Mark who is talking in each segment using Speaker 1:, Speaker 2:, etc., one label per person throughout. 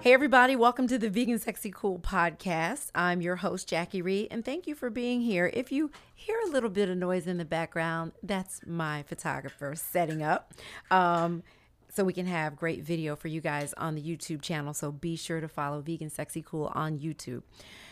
Speaker 1: Hey, everybody, welcome to the Vegan Sexy Cool podcast. I'm your host, Jackie Reed, and thank you for being here. If you hear a little bit of noise in the background, that's my photographer setting up. Um, so we can have great video for you guys on the YouTube channel. So be sure to follow Vegan Sexy Cool on YouTube.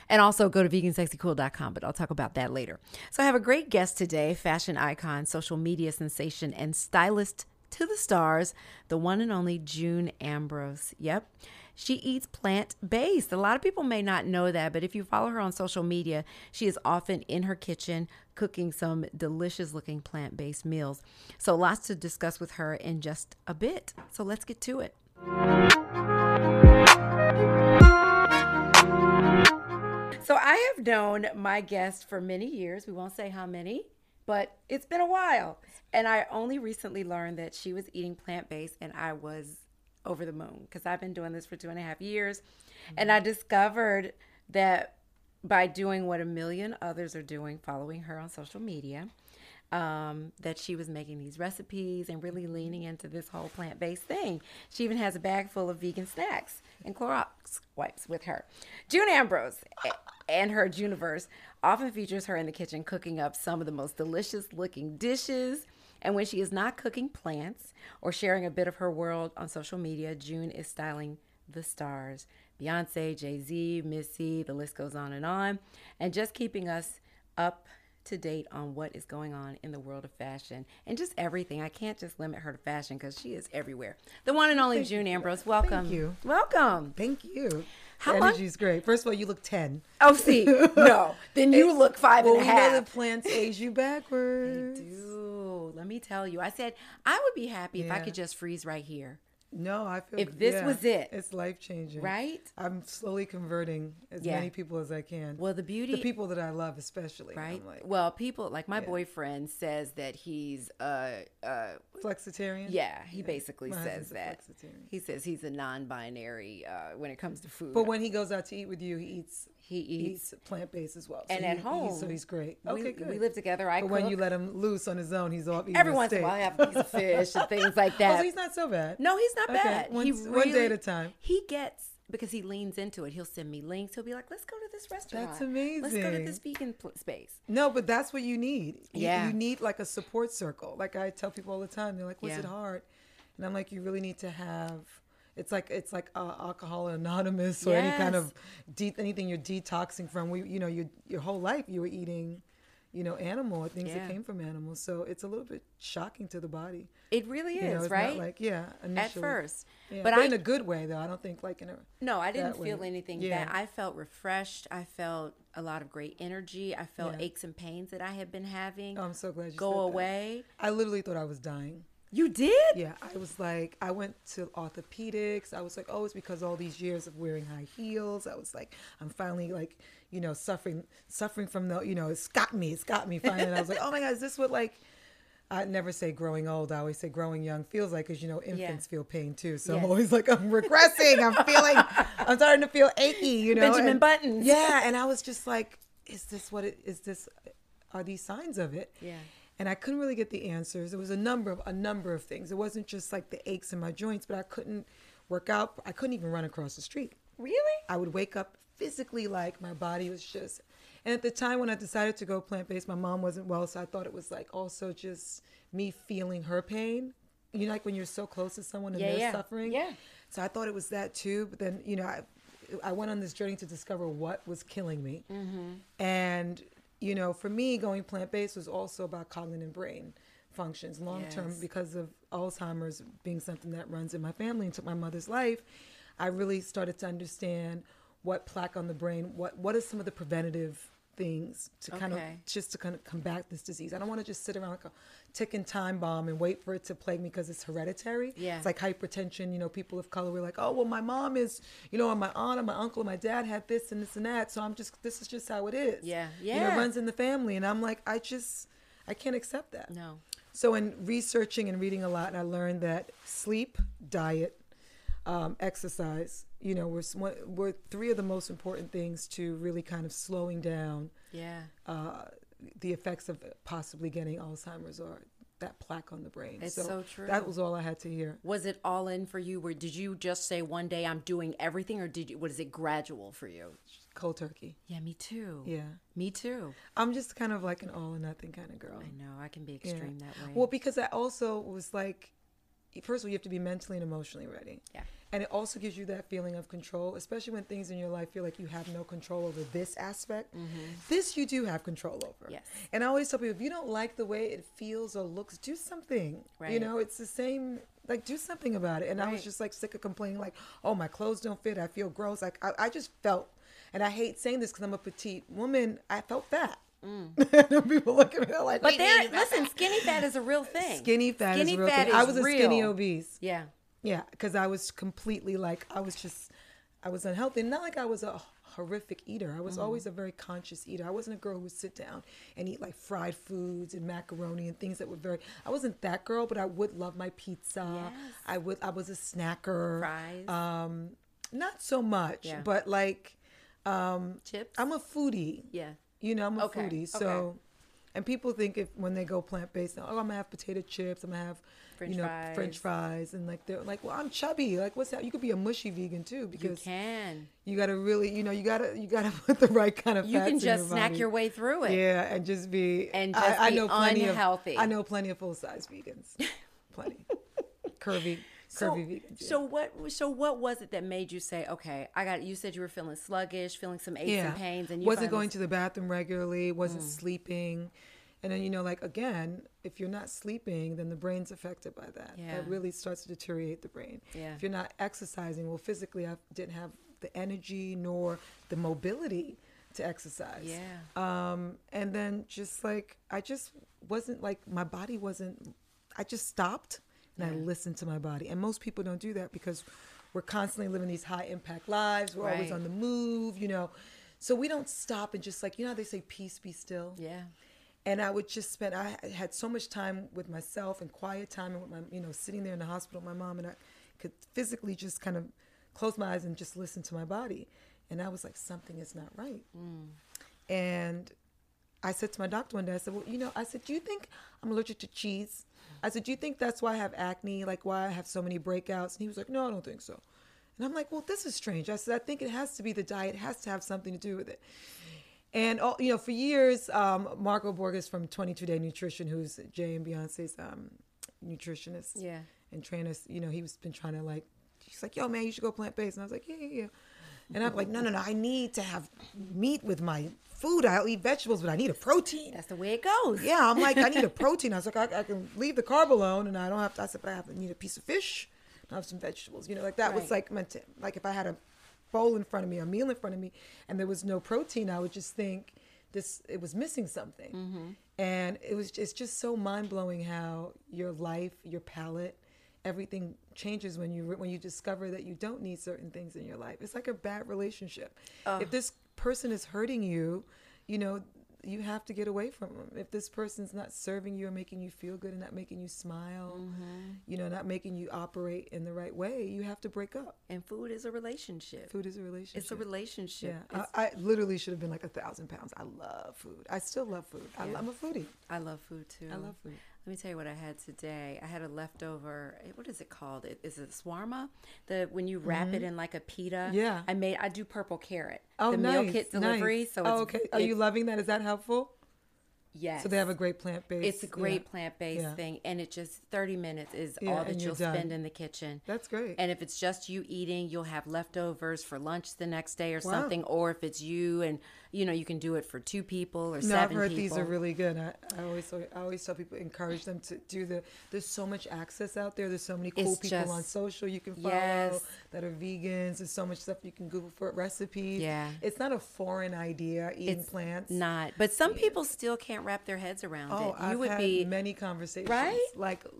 Speaker 1: And also go to vegansexycool.com, but I'll talk about that later. So I have a great guest today, fashion icon, social media sensation, and stylist to the stars, the one and only June Ambrose. Yep. She eats plant based. A lot of people may not know that, but if you follow her on social media, she is often in her kitchen cooking some delicious looking plant based meals. So, lots to discuss with her in just a bit. So, let's get to it. So, I have known my guest for many years. We won't say how many, but it's been a while. And I only recently learned that she was eating plant based, and I was over the moon because I've been doing this for two and a half years. And I discovered that by doing what a million others are doing, following her on social media, um, that she was making these recipes and really leaning into this whole plant based thing. She even has a bag full of vegan snacks and Clorox wipes with her. June Ambrose a- and her Juniverse often features her in the kitchen cooking up some of the most delicious looking dishes. And when she is not cooking plants or sharing a bit of her world on social media, June is styling the stars Beyonce, Jay Z, Missy, the list goes on and on. And just keeping us up to date on what is going on in the world of fashion and just everything. I can't just limit her to fashion because she is everywhere. The one and only June Ambrose, welcome.
Speaker 2: you.
Speaker 1: Welcome.
Speaker 2: Thank you.
Speaker 1: How
Speaker 2: the
Speaker 1: long-
Speaker 2: energy's great. First of all, you look ten.
Speaker 1: Oh, see, no. Then you look five
Speaker 2: well,
Speaker 1: and a
Speaker 2: we
Speaker 1: half.
Speaker 2: know the plants age you backwards.
Speaker 1: Dude, let me tell you. I said I would be happy if I
Speaker 2: Yeah.
Speaker 1: could just freeze right here.
Speaker 2: No, I feel.
Speaker 1: If this
Speaker 2: yeah,
Speaker 1: was it.
Speaker 2: it's life changing,
Speaker 1: Right?
Speaker 2: I'm slowly converting as
Speaker 1: Yeah.
Speaker 2: many people as I can.
Speaker 1: Well, the beauty,
Speaker 2: the people that I love, especially, I'm
Speaker 1: right?
Speaker 2: like
Speaker 1: well, people like my boyfriend says that he's uh uh
Speaker 2: flexitarian.
Speaker 1: yeah, he basically
Speaker 2: My
Speaker 1: says
Speaker 2: husband's a
Speaker 1: that.
Speaker 2: flexitarian.
Speaker 1: He says he's a non-binary uh when it comes to food.
Speaker 2: But when he goes out to eat with you, he eats
Speaker 1: he eats
Speaker 2: eats plant based as well. So
Speaker 1: and
Speaker 2: he-
Speaker 1: at
Speaker 2: he-
Speaker 1: home,
Speaker 2: so he's great.
Speaker 1: we-
Speaker 2: Okay,
Speaker 1: we,
Speaker 2: good.
Speaker 1: live together. I
Speaker 2: But
Speaker 1: cook.
Speaker 2: when you let him loose on his own, he's off eating
Speaker 1: every
Speaker 2: a
Speaker 1: once in a
Speaker 2: steak.
Speaker 1: while, I have a piece of fish and things like that.
Speaker 2: Oh, so he's not so bad.
Speaker 1: No, he's not
Speaker 2: Okay,
Speaker 1: bad. he
Speaker 2: once-
Speaker 1: really,
Speaker 2: one day at a time.
Speaker 1: He gets because he leans into it. He'll send me links. He'll be like, "Let's go to this restaurant. Let's go to
Speaker 2: amazing.
Speaker 1: this vegan pl- space."
Speaker 2: No, but that's what you need. You,
Speaker 1: Yeah.
Speaker 2: You need like a support circle. Like I tell people all the time, they're like, "Was
Speaker 1: Yeah.
Speaker 2: it hard?" And I'm like, "You really need to have." It's like it's like uh, Alcohol Anonymous or any kind
Speaker 1: Yes.
Speaker 2: of de- anything you're detoxing from. We, you know, your your whole life you were eating, you know, animal or things
Speaker 1: Yeah.
Speaker 2: that came from animals. So it's a little bit shocking to the body.
Speaker 1: It really is,
Speaker 2: you know, it's
Speaker 1: right?
Speaker 2: Not like yeah, initially.
Speaker 1: At first,
Speaker 2: Yeah.
Speaker 1: but
Speaker 2: but,
Speaker 1: I
Speaker 2: in a good way though. I don't think like in a
Speaker 1: no, I didn't
Speaker 2: that way.
Speaker 1: feel anything
Speaker 2: Yeah.
Speaker 1: bad. I felt refreshed. I felt a lot of great energy. I felt
Speaker 2: Yeah.
Speaker 1: aches and pains that I had been having
Speaker 2: Oh, I'm so glad you
Speaker 1: go
Speaker 2: said that.
Speaker 1: away.
Speaker 2: I literally thought I was dying.
Speaker 1: You did?
Speaker 2: Yeah, I was like, I went to orthopedics. I was like, oh, it's because all these years of wearing high heels. I was like, I'm finally like, you know, suffering, suffering from the, you know, it's got me, it's got me. Finally, and I was like, oh my God, is this what like? I never say growing old. I always say growing young feels like, because you know, infants feel pain too. So
Speaker 1: Yes.
Speaker 2: I'm always like, I'm regressing. I'm feeling, I'm starting to feel achy. You know,
Speaker 1: Benjamin
Speaker 2: and-
Speaker 1: Buttons.
Speaker 2: Yeah, and I was just like, is this what it is? This are these signs of it?
Speaker 1: Yeah.
Speaker 2: and I couldn't really get the answers. It was a number of a number of things. It wasn't just like the aches in my joints, but I couldn't work out. I couldn't even run across the street.
Speaker 1: Really?
Speaker 2: I would wake up physically like my body was just. And at the time when I decided to go plant based, my mom wasn't well, so I thought it was like also just me feeling her pain. You know, like when you're so close to someone and
Speaker 1: Yeah,
Speaker 2: they're
Speaker 1: yeah.
Speaker 2: suffering.
Speaker 1: Yeah.
Speaker 2: So I thought it was that too, but then you know I, I went on this journey to discover what was killing me,
Speaker 1: Mm-hmm.
Speaker 2: and you know for me going plant based was also about cognitive brain functions long term
Speaker 1: Yes.
Speaker 2: because of Alzheimer's being something that runs in my family and took my mother's life. I really started to understand what plaque on the brain, what what are some of the preventative things to kind of
Speaker 1: Okay.
Speaker 2: just to kind of combat this disease. I don't want to just sit around like a ticking time bomb and wait for it to plague me because it's hereditary.
Speaker 1: Yeah.
Speaker 2: It's like hypertension, you know, people of color were like, oh, well, my mom is, you know, and my aunt and my uncle and my dad had this and this and that. So I'm just, this is just how it is.
Speaker 1: Yeah.
Speaker 2: You know,
Speaker 1: Yeah.
Speaker 2: it runs in the family. And I'm like, I just, I can't accept that.
Speaker 1: No.
Speaker 2: So in researching and reading a lot, I learned that sleep, diet, um, exercise, you know, were, s- one- were three of the most important things to really kind of slowing down
Speaker 1: Yeah.
Speaker 2: uh, the effects of possibly getting Alzheimer's or that plaque on the brain.
Speaker 1: It's so true.
Speaker 2: That was all I had to hear.
Speaker 1: Was it all in for you, or did you just say one day I'm doing everything, or did you? Was it gradual for you?
Speaker 2: Cold turkey.
Speaker 1: Yeah, me too.
Speaker 2: Yeah.
Speaker 1: me too.
Speaker 2: I'm just kind of like an all or nothing kind of girl.
Speaker 1: I know I can be
Speaker 2: Yeah.
Speaker 1: extreme that way.
Speaker 2: Well, because I also was like, first of all, you have to be mentally and emotionally ready.
Speaker 1: Yeah.
Speaker 2: And it also gives you that feeling of control, especially when things in your life feel like you have no control over this aspect. This you do have control over.
Speaker 1: Mm-hmm. Yes.
Speaker 2: And I always tell people, if you don't like the way it feels or looks, do something. You
Speaker 1: Right.
Speaker 2: know, it's the same. Like, do something about it. And I was
Speaker 1: Right.
Speaker 2: just like sick of complaining, like, oh, my clothes don't fit. I feel gross. Like, I, I just felt, and I hate saying this because I'm a petite woman, I felt fat. people look at me they're like,
Speaker 1: Mm. but
Speaker 2: "What do
Speaker 1: there,
Speaker 2: you mean you felt
Speaker 1: listen, skinny fat is a real thing.
Speaker 2: Skinny fat
Speaker 1: Skinny
Speaker 2: is real.
Speaker 1: fat
Speaker 2: thing. I
Speaker 1: is
Speaker 2: was a skinny
Speaker 1: real.
Speaker 2: obese.
Speaker 1: Yeah,
Speaker 2: Yeah, because I was completely like I was just I was unhealthy. Not like I was a horrific eater. I was
Speaker 1: Mm-hmm.
Speaker 2: always a very conscious eater. I wasn't a girl who would sit down and eat like fried foods and macaroni and things that were very. I wasn't that girl, but I would love my pizza.
Speaker 1: Yes.
Speaker 2: I would. I was a snacker.
Speaker 1: fries,
Speaker 2: Um, not so much,
Speaker 1: Yeah.
Speaker 2: but like
Speaker 1: chips.
Speaker 2: I'm a foodie.
Speaker 1: yeah,
Speaker 2: You know, I'm a
Speaker 1: Okay, okay.
Speaker 2: foodie. So, and people think if when they go plant based, oh, I'm gonna have potato chips. I'm gonna have,
Speaker 1: French
Speaker 2: you know,
Speaker 1: fries.
Speaker 2: French fries, and like they're like, well, I'm chubby. Like, what's that? You could be a mushy vegan too,
Speaker 1: you
Speaker 2: because you,
Speaker 1: can.
Speaker 2: gotta really, you know, you gotta you gotta put the right kind of.
Speaker 1: You
Speaker 2: fats
Speaker 1: can
Speaker 2: in your
Speaker 1: just snack
Speaker 2: body.
Speaker 1: your way through it.
Speaker 2: Yeah, and just be
Speaker 1: And
Speaker 2: I-
Speaker 1: just
Speaker 2: I,
Speaker 1: be
Speaker 2: know plenty
Speaker 1: unhealthy.
Speaker 2: Of, I know plenty of full size vegans, plenty curvy, curvy vegans. yeah.
Speaker 1: So what? So what was it that made you say, "Okay, I got"? You said you were feeling sluggish, feeling some aches and pains, and you Mm.
Speaker 2: wasn't
Speaker 1: finally-
Speaker 2: going to the bathroom regularly, wasn't sleeping. And then, you know, like again, if you're not sleeping, then the brain's affected by that.
Speaker 1: Yeah.
Speaker 2: That really starts to deteriorate the brain.
Speaker 1: Yeah.
Speaker 2: If you're not exercising, well, physically, I didn't have the energy nor the mobility to exercise.
Speaker 1: Yeah.
Speaker 2: Um, and then just like, I just wasn't like, my body wasn't, I just stopped and I listened to my body. And most people don't do that because we're constantly living these high impact lives. We're always
Speaker 1: Right.
Speaker 2: on the move, you know. So we don't stop and just like, you know how they say, peace be still?
Speaker 1: Yeah.
Speaker 2: And I would just spend, I had so much time with myself and quiet time and with my, you know, sitting there in the hospital with my mom and I could physically just kind of close my eyes and just listen to my body. And I was like, something is not right. And I said to my doctor one day, I said, well, you know, I said, do you think I'm allergic to cheese? I said, do you think that's why I have acne? Like why I have so many breakouts? And he was like, no, I don't think so. And I'm like, well, this is strange. I said, I think it has to be the diet. It has to have something to do with it. And all, you know, for years, um, Marco Borges from 22 Day Nutrition, who's Jay and Beyonce's um, nutritionist
Speaker 1: Yeah.
Speaker 2: and trainers, you know, he was been trying to like, she's like, yo, man, you should go plant based. And I was like, yeah, yeah, yeah. And I'm like, no, no, no, I need to have meat with my food. I'll eat vegetables, but I need a protein.
Speaker 1: That's the way it goes.
Speaker 2: Yeah, I'm like, I need a protein. I was like, I, I can leave the carb alone, and I don't have to. I said, but I have to need a piece of fish, and I have some vegetables. You know, like that was
Speaker 1: Right.
Speaker 2: like meant to, like if I had a bowl in front of me, a meal in front of me, and there was no protein, I would just think this it was missing something. And it was it's just so mind blowing how your life, your palate, everything changes when you re- when you discover that you don't need certain things in your life. It's like a bad relationship. If this person is hurting you, you know you have to get away from them. If this person's not serving you or making you feel good and not making you smile,
Speaker 1: Mm-hmm.
Speaker 2: you know, not making you operate in the right way, you have to break up.
Speaker 1: And food is a relationship.
Speaker 2: Food is a relationship.
Speaker 1: It's a relationship.
Speaker 2: yeah,
Speaker 1: It's-
Speaker 2: I, I literally should have been like a thousand pounds. I love food. I still love food. I
Speaker 1: Yeah.
Speaker 2: love, I'm a foodie.
Speaker 1: I love food too.
Speaker 2: I love food.
Speaker 1: Let me tell you what I had today. I had a leftover. eh, What is it called? It is it swarma? The when you wrap it in like a pita.
Speaker 2: Mm-hmm. Yeah.
Speaker 1: I made. I do purple carrot.
Speaker 2: Oh,
Speaker 1: the
Speaker 2: nice,
Speaker 1: meal kit
Speaker 2: nice.
Speaker 1: delivery. So it's,
Speaker 2: oh, okay. Are you
Speaker 1: it's-
Speaker 2: loving that? Is that helpful?
Speaker 1: Yes.
Speaker 2: So they have a great plant based.
Speaker 1: It's a great plant based
Speaker 2: Yeah.
Speaker 1: thing, and it just 30 minutes is
Speaker 2: Yeah,
Speaker 1: all
Speaker 2: and
Speaker 1: that
Speaker 2: you're
Speaker 1: you'll
Speaker 2: done.
Speaker 1: spend in the kitchen.
Speaker 2: That's great.
Speaker 1: And if it's just you eating, you'll have leftovers for lunch the next day or
Speaker 2: Wow.
Speaker 1: something. Or if it's you and you know you can do it for two people or
Speaker 2: No, I've
Speaker 1: seven
Speaker 2: heard
Speaker 1: people.
Speaker 2: these are really good. I, I always I always tell people encourage them to do the. There's so much access out there. There's so many cool
Speaker 1: It's
Speaker 2: people on
Speaker 1: just-
Speaker 2: social you can follow
Speaker 1: Yes.
Speaker 2: that are vegans. There's so much stuff you can Google for recipes.
Speaker 1: Yeah.
Speaker 2: it's not a foreign idea eating
Speaker 1: It's
Speaker 2: plants.
Speaker 1: Not, but some people still can't wrap their heads around
Speaker 2: Oh,
Speaker 1: it. You
Speaker 2: I've
Speaker 1: would
Speaker 2: had
Speaker 1: be.
Speaker 2: many conversations,
Speaker 1: Right?
Speaker 2: Like l-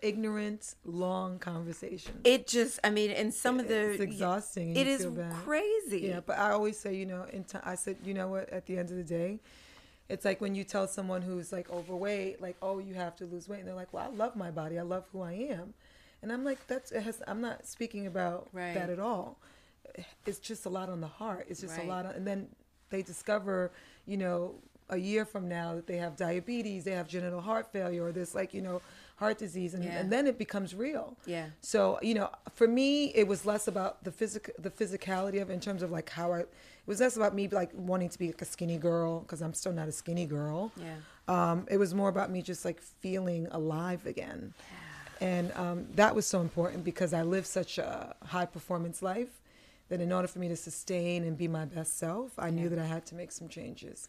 Speaker 2: ignorant, long conversations.
Speaker 1: It just, I mean, and some of the
Speaker 2: it's exhausting. and
Speaker 1: It
Speaker 2: you
Speaker 1: is
Speaker 2: feel bad.
Speaker 1: crazy.
Speaker 2: Yeah, but I always say, you know, in t- I said, you know what? At the end of the day, it's like when you tell someone who's like overweight, like, oh, you have to lose weight, and they're like, well, I love my body, I love who I am, and I'm like, that's it has. I'm not speaking about
Speaker 1: Right.
Speaker 2: that at all. It's just a lot on the heart. It's just a
Speaker 1: Right.
Speaker 2: lot, on, and then they discover, you know. a year from now that they have diabetes, they have genital heart failure, or this like you know heart disease, and,
Speaker 1: Yeah.
Speaker 2: and then it becomes real.
Speaker 1: Yeah.
Speaker 2: So you know, for me, it was less about the physic the physicality of it in terms of like how I. It was less about me like wanting to be like a skinny girl because I'm still not a skinny girl.
Speaker 1: Yeah.
Speaker 2: Um, it was more about me just like feeling alive again. And um, that was so important because I lived such a high performance life that in order for me to sustain and be my best self, I knew that I had to make some changes.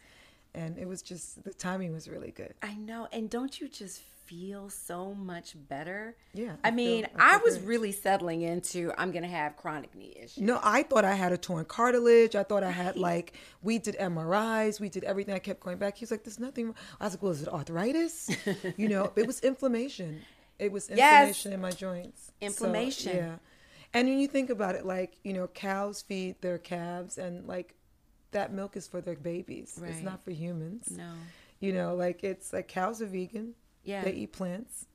Speaker 2: And it was just, the timing was really good.
Speaker 1: I know. And don't you just feel so much better?
Speaker 2: Yeah,
Speaker 1: I,
Speaker 2: I feel-
Speaker 1: mean,
Speaker 2: I feel
Speaker 1: I, was
Speaker 2: great.
Speaker 1: really settling into I'm going to have chronic knee issues.
Speaker 2: No, I thought I had a torn cartilage. I thought I had like we did MRIs, we did everything. I kept going back. He was like, "There's nothing." wrong." I was like, "Well, is it arthritis?" you know, it was inflammation. It was
Speaker 1: Yes.
Speaker 2: inflammation in my joints. So,
Speaker 1: Inflammation.
Speaker 2: yeah. And when you think about it, like you know, cows feed their calves, and like that milk is for their babies. It's
Speaker 1: Right.
Speaker 2: not for humans.
Speaker 1: No.
Speaker 2: You know, like it's like cows are vegan.
Speaker 1: Yeah.
Speaker 2: They eat plants.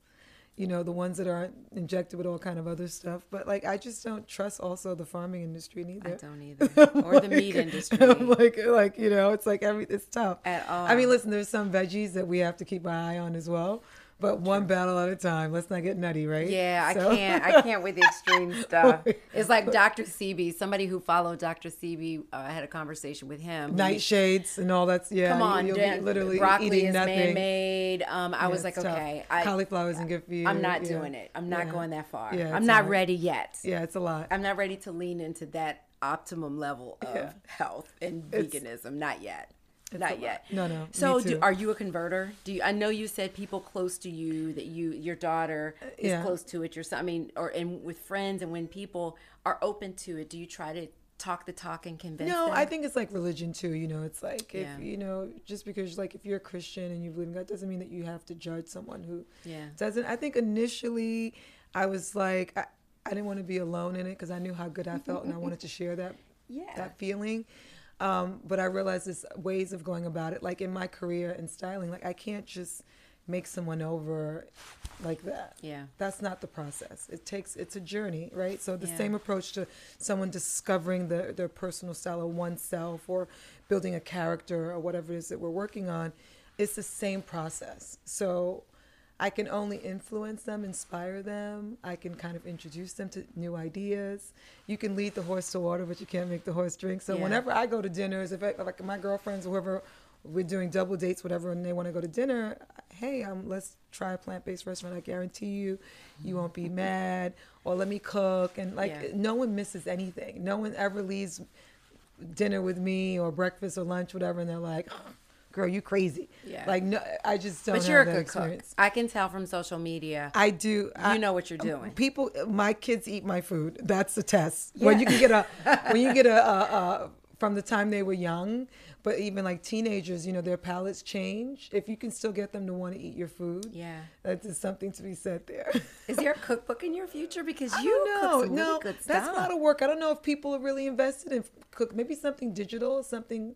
Speaker 2: You know, the ones that aren't injected with all kind of other stuff. But like I just don't trust also the farming industry
Speaker 1: I
Speaker 2: neither.
Speaker 1: don't either. Or the meat
Speaker 2: I'm
Speaker 1: industry.
Speaker 2: like like you know, it's like every it's tough.
Speaker 1: At all.
Speaker 2: I mean, listen, there's some veggies that we have to keep our eye on as well. But one battle at a time. Let's not get nutty, right?
Speaker 1: Yeah, I
Speaker 2: So- Oh,
Speaker 1: can't. I can't with the extreme stuff. It's like Dr. Sebi. Somebody who followed Dr. Sebi, uh, I had a conversation with him.
Speaker 2: Nightshades and all that's yeah.
Speaker 1: Come
Speaker 2: you-
Speaker 1: on,
Speaker 2: you'll be
Speaker 1: Dan,
Speaker 2: literally
Speaker 1: broccoli
Speaker 2: eating
Speaker 1: is
Speaker 2: nothing.
Speaker 1: man-made. Um, I
Speaker 2: Yeah,
Speaker 1: was like,
Speaker 2: it's tough.
Speaker 1: okay, I,
Speaker 2: cauliflower's and good for you.
Speaker 1: I'm not
Speaker 2: yeah.
Speaker 1: doing it. I'm not
Speaker 2: Yeah.
Speaker 1: going that far.
Speaker 2: Yeah,
Speaker 1: I'm
Speaker 2: it's
Speaker 1: not
Speaker 2: hard.
Speaker 1: ready yet.
Speaker 2: Yeah, it's a lot.
Speaker 1: I'm not ready to lean into that optimum level of
Speaker 2: Yeah.
Speaker 1: health and
Speaker 2: It's-
Speaker 1: veganism. Not yet.
Speaker 2: a
Speaker 1: Not
Speaker 2: lot.
Speaker 1: yet.
Speaker 2: No, no, me
Speaker 1: So, do,
Speaker 2: too.
Speaker 1: are you a converter? Do you, I know you said people close to you that you your daughter is
Speaker 2: Uh, yeah.
Speaker 1: close to it. Your son, I mean, or and with friends and when people are open to it, do you try to talk the talk and convince?
Speaker 2: No,
Speaker 1: them?
Speaker 2: I think it's like religion too. You know, it's like if
Speaker 1: Yeah.
Speaker 2: you know, just because like if you're a Christian and you believe in God, doesn't mean that you have to judge someone who
Speaker 1: Yeah.
Speaker 2: doesn't. I think initially, I was like, I, I didn't want to be alone in it because I knew how good I felt and I wanted to share that
Speaker 1: Yeah.
Speaker 2: that feeling. Um, but I realized there's ways of going about it. Like in my career in styling, like I can't just make someone over like that.
Speaker 1: Yeah.
Speaker 2: That's not the process. It takes it's a journey, right? So the
Speaker 1: Yeah.
Speaker 2: same approach to someone discovering their, their personal style of oneself or building a character or whatever it is that we're working on, it's the same process. So I can only influence them, inspire them. I can kind of introduce them to new ideas. You can lead the horse to water, but you can't make the horse drink. So
Speaker 1: Yeah.
Speaker 2: whenever I go to dinners, if I, like my girlfriends, whoever, we're doing double dates, whatever, and they want to go to dinner, hey, um, let's try a plant-based restaurant. I guarantee you, you won't be mad. Or let me cook, and like
Speaker 1: Yeah.
Speaker 2: no one misses anything. No one ever leaves dinner with me or breakfast or lunch, whatever, and they're like, "Girl, you crazy."
Speaker 1: Yeah.
Speaker 2: Like no, I just don't.
Speaker 1: but you're a
Speaker 2: have that
Speaker 1: good
Speaker 2: experience.
Speaker 1: cook. I can tell from social media.
Speaker 2: I do. You I,
Speaker 1: know what you're doing.
Speaker 2: People, my kids eat my food. That's the test. When you can get a, when you get a, a, a, from the time they were young, but even like teenagers, you know, their palates change. If you can still get them to want to eat your food,
Speaker 1: Yeah.
Speaker 2: that is something to be said there.
Speaker 1: Is there a cookbook in your future? Because
Speaker 2: I
Speaker 1: you cook
Speaker 2: don't know.
Speaker 1: some
Speaker 2: no,
Speaker 1: really good
Speaker 2: that's
Speaker 1: stuff.
Speaker 2: not a work. I don't know if people are really invested in cook. Maybe something digital, something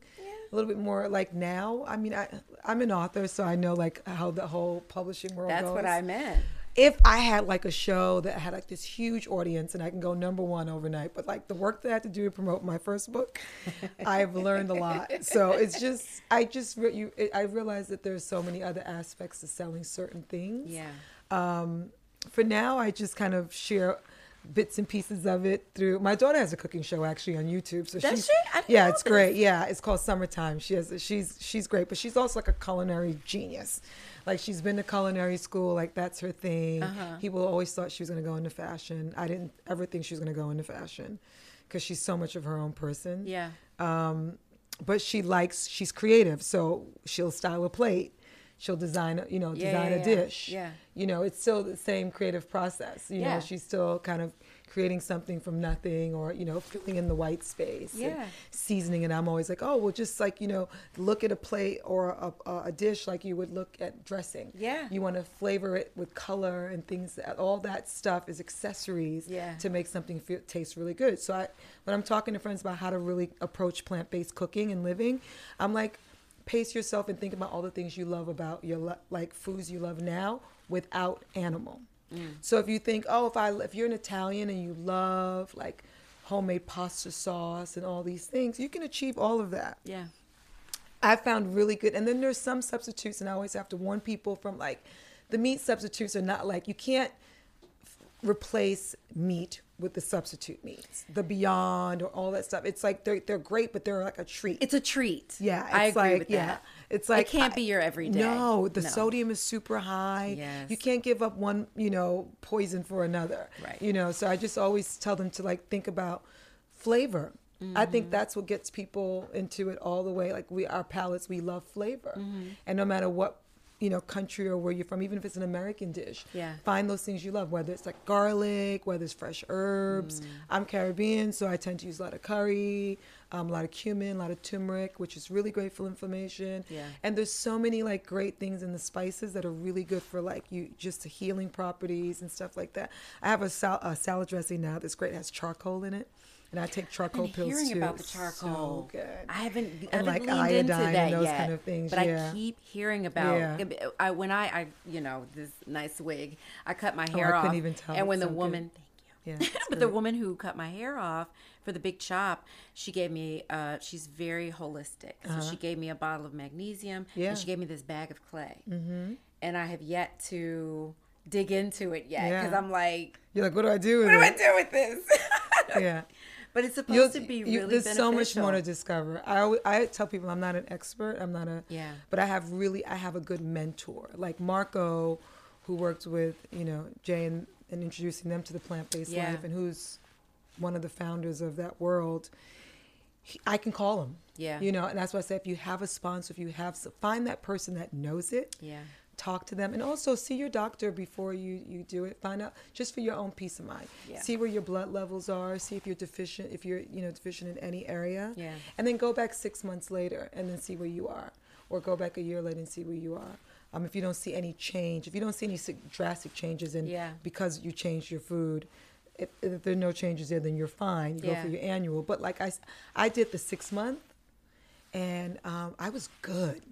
Speaker 2: a little bit more like now. I mean, I I'm an author, so I know like how the whole publishing world.
Speaker 1: that's
Speaker 2: goes
Speaker 1: what I meant.
Speaker 2: if I had like a show that had like this huge audience and I can go number one overnight, but like the work that I had to do to promote my first book, I've learned a lot. So it's just, I just, re- you, I realized that there's so many other aspects to selling certain things
Speaker 1: Yeah.
Speaker 2: um, for now, I just kind of share bits and pieces of it through. My daughter has a cooking show actually on YouTube. So
Speaker 1: Does
Speaker 2: she's,
Speaker 1: she? I didn't
Speaker 2: yeah,
Speaker 1: know
Speaker 2: it's
Speaker 1: this.
Speaker 2: great. Yeah, it's called Summertime. She has she's she's great, but she's also like a culinary genius. Like she's been to culinary school. Like that's her thing.
Speaker 1: Uh-huh.
Speaker 2: People always thought she was going to go into fashion. I didn't ever think she was going to go into fashion because she's so much of her own person
Speaker 1: Yeah.
Speaker 2: um, but she likes she's creative so she'll style a plate she'll design a you know
Speaker 1: Yeah,
Speaker 2: design
Speaker 1: yeah,
Speaker 2: a
Speaker 1: yeah.
Speaker 2: dish
Speaker 1: Yeah.
Speaker 2: you know it's still the same creative process you
Speaker 1: Yeah.
Speaker 2: know she's still kind of creating something from nothing or you know filling in the white space and
Speaker 1: Yeah.
Speaker 2: seasoning and i'm always like oh well just like you know look at a plate or a, a, a dish like you would look at dressing
Speaker 1: Yeah.
Speaker 2: you want to flavor it with color and things all that stuff is accessories
Speaker 1: Yeah.
Speaker 2: to make something feel, taste really good. So I, when I'm talking to friends about how to really approach plant-based cooking and living, I'm like, pace yourself and think about all the things you love about your lo- like foods you love now without animal. So if you think, oh, if I if you're an Italian and you love like homemade pasta sauce and all these things, you can achieve all of that.
Speaker 1: Yeah.
Speaker 2: I found really good. And then there's some substitutes, and I always have to warn people from like the meat substitutes are not like you can't f- replace meat with the substitute meats, the Beyond or all that stuff. It's like they're they're great, but they're like a treat.
Speaker 1: It's a treat.
Speaker 2: yeah,
Speaker 1: I
Speaker 2: it's
Speaker 1: agree
Speaker 2: like,
Speaker 1: with
Speaker 2: yeah,
Speaker 1: that.
Speaker 2: It's like
Speaker 1: can't be your everyday.
Speaker 2: No, the
Speaker 1: No.
Speaker 2: sodium is super high.
Speaker 1: Yes.
Speaker 2: You can't give up one, you know, poison for another.
Speaker 1: Right.
Speaker 2: You know, so I just always tell them to like think about flavor. I
Speaker 1: Mm-hmm.
Speaker 2: think that's what gets people into it all the way. Like we, our palates, we love flavor,
Speaker 1: Mm-hmm.
Speaker 2: and no matter what, you know, country or where you're from, even if it's an American dish,
Speaker 1: Yeah.
Speaker 2: find those things you love. Whether it's like garlic, whether it's fresh herbs.
Speaker 1: Mm.
Speaker 2: I'm Caribbean, so I tend to use a lot of curry, um, a lot of cumin, a lot of turmeric, which is really great for inflammation.
Speaker 1: Yeah.
Speaker 2: And there's so many like great things in the spices that are really good for like you just the healing properties and stuff like that. I have a, sal- a salad dressing now that's great. It has charcoal in it, and I take charcoal
Speaker 1: I'm
Speaker 2: pills
Speaker 1: hearing
Speaker 2: too.
Speaker 1: about the
Speaker 2: It's
Speaker 1: charcoal.
Speaker 2: So good.
Speaker 1: I haven't, I haven't
Speaker 2: And, like,
Speaker 1: leaned
Speaker 2: iodine
Speaker 1: into
Speaker 2: and
Speaker 1: that
Speaker 2: those
Speaker 1: yet,
Speaker 2: kind of things,
Speaker 1: but
Speaker 2: yeah.
Speaker 1: I keep hearing about.
Speaker 2: Yeah.
Speaker 1: I when I, I you know this nice wig, I cut my
Speaker 2: Oh, I
Speaker 1: hair off,
Speaker 2: couldn't even tell.
Speaker 1: and when
Speaker 2: It's
Speaker 1: the
Speaker 2: so good.
Speaker 1: woman,
Speaker 2: Yeah,
Speaker 1: thank you,
Speaker 2: it's
Speaker 1: but the woman who cut my hair off for the big chop, she gave me. Uh, she's very holistic, so she gave me a bottle of magnesium,
Speaker 2: Uh-huh. Yeah.
Speaker 1: and she gave me this bag of clay, mm-hmm. and I have yet to dig into it yet because
Speaker 2: Yeah.
Speaker 1: I'm like,
Speaker 2: You're like, what do I do with
Speaker 1: what do I
Speaker 2: it?
Speaker 1: do with this?
Speaker 2: Yeah.
Speaker 1: but it's supposed
Speaker 2: You'll-
Speaker 1: to be
Speaker 2: you-
Speaker 1: really
Speaker 2: there's so much more
Speaker 1: beneficial.
Speaker 2: to discover. I always, I tell people I'm not an expert. I'm not a
Speaker 1: Yeah.
Speaker 2: but I have really I have a good mentor like Marco, who worked with you know Jay and, and introducing them to the plant based
Speaker 1: Yeah.
Speaker 2: life and who's one of the founders of that world. He, I can call him.
Speaker 1: Yeah.
Speaker 2: you know, and that's why I say if you have a sponsor, if you have s- find that person that knows it.
Speaker 1: Yeah.
Speaker 2: Talk to them and also see your doctor before you, you do it. Find out just for your own peace of mind.
Speaker 1: Yeah.
Speaker 2: See where your blood levels are. See if you're deficient, if you're you know deficient in any area.
Speaker 1: Yeah.
Speaker 2: And then go back six months later and then see where you are, or go back a year later and see where you are. Um, if you don't see any change, if you don't see any sig- drastic changes in
Speaker 1: Yeah.
Speaker 2: because you changed your food, if, if there are no changes there, then you're fine. You go
Speaker 1: Yeah.
Speaker 2: for your annual. But like I, s- I did the six month, and um, I was good.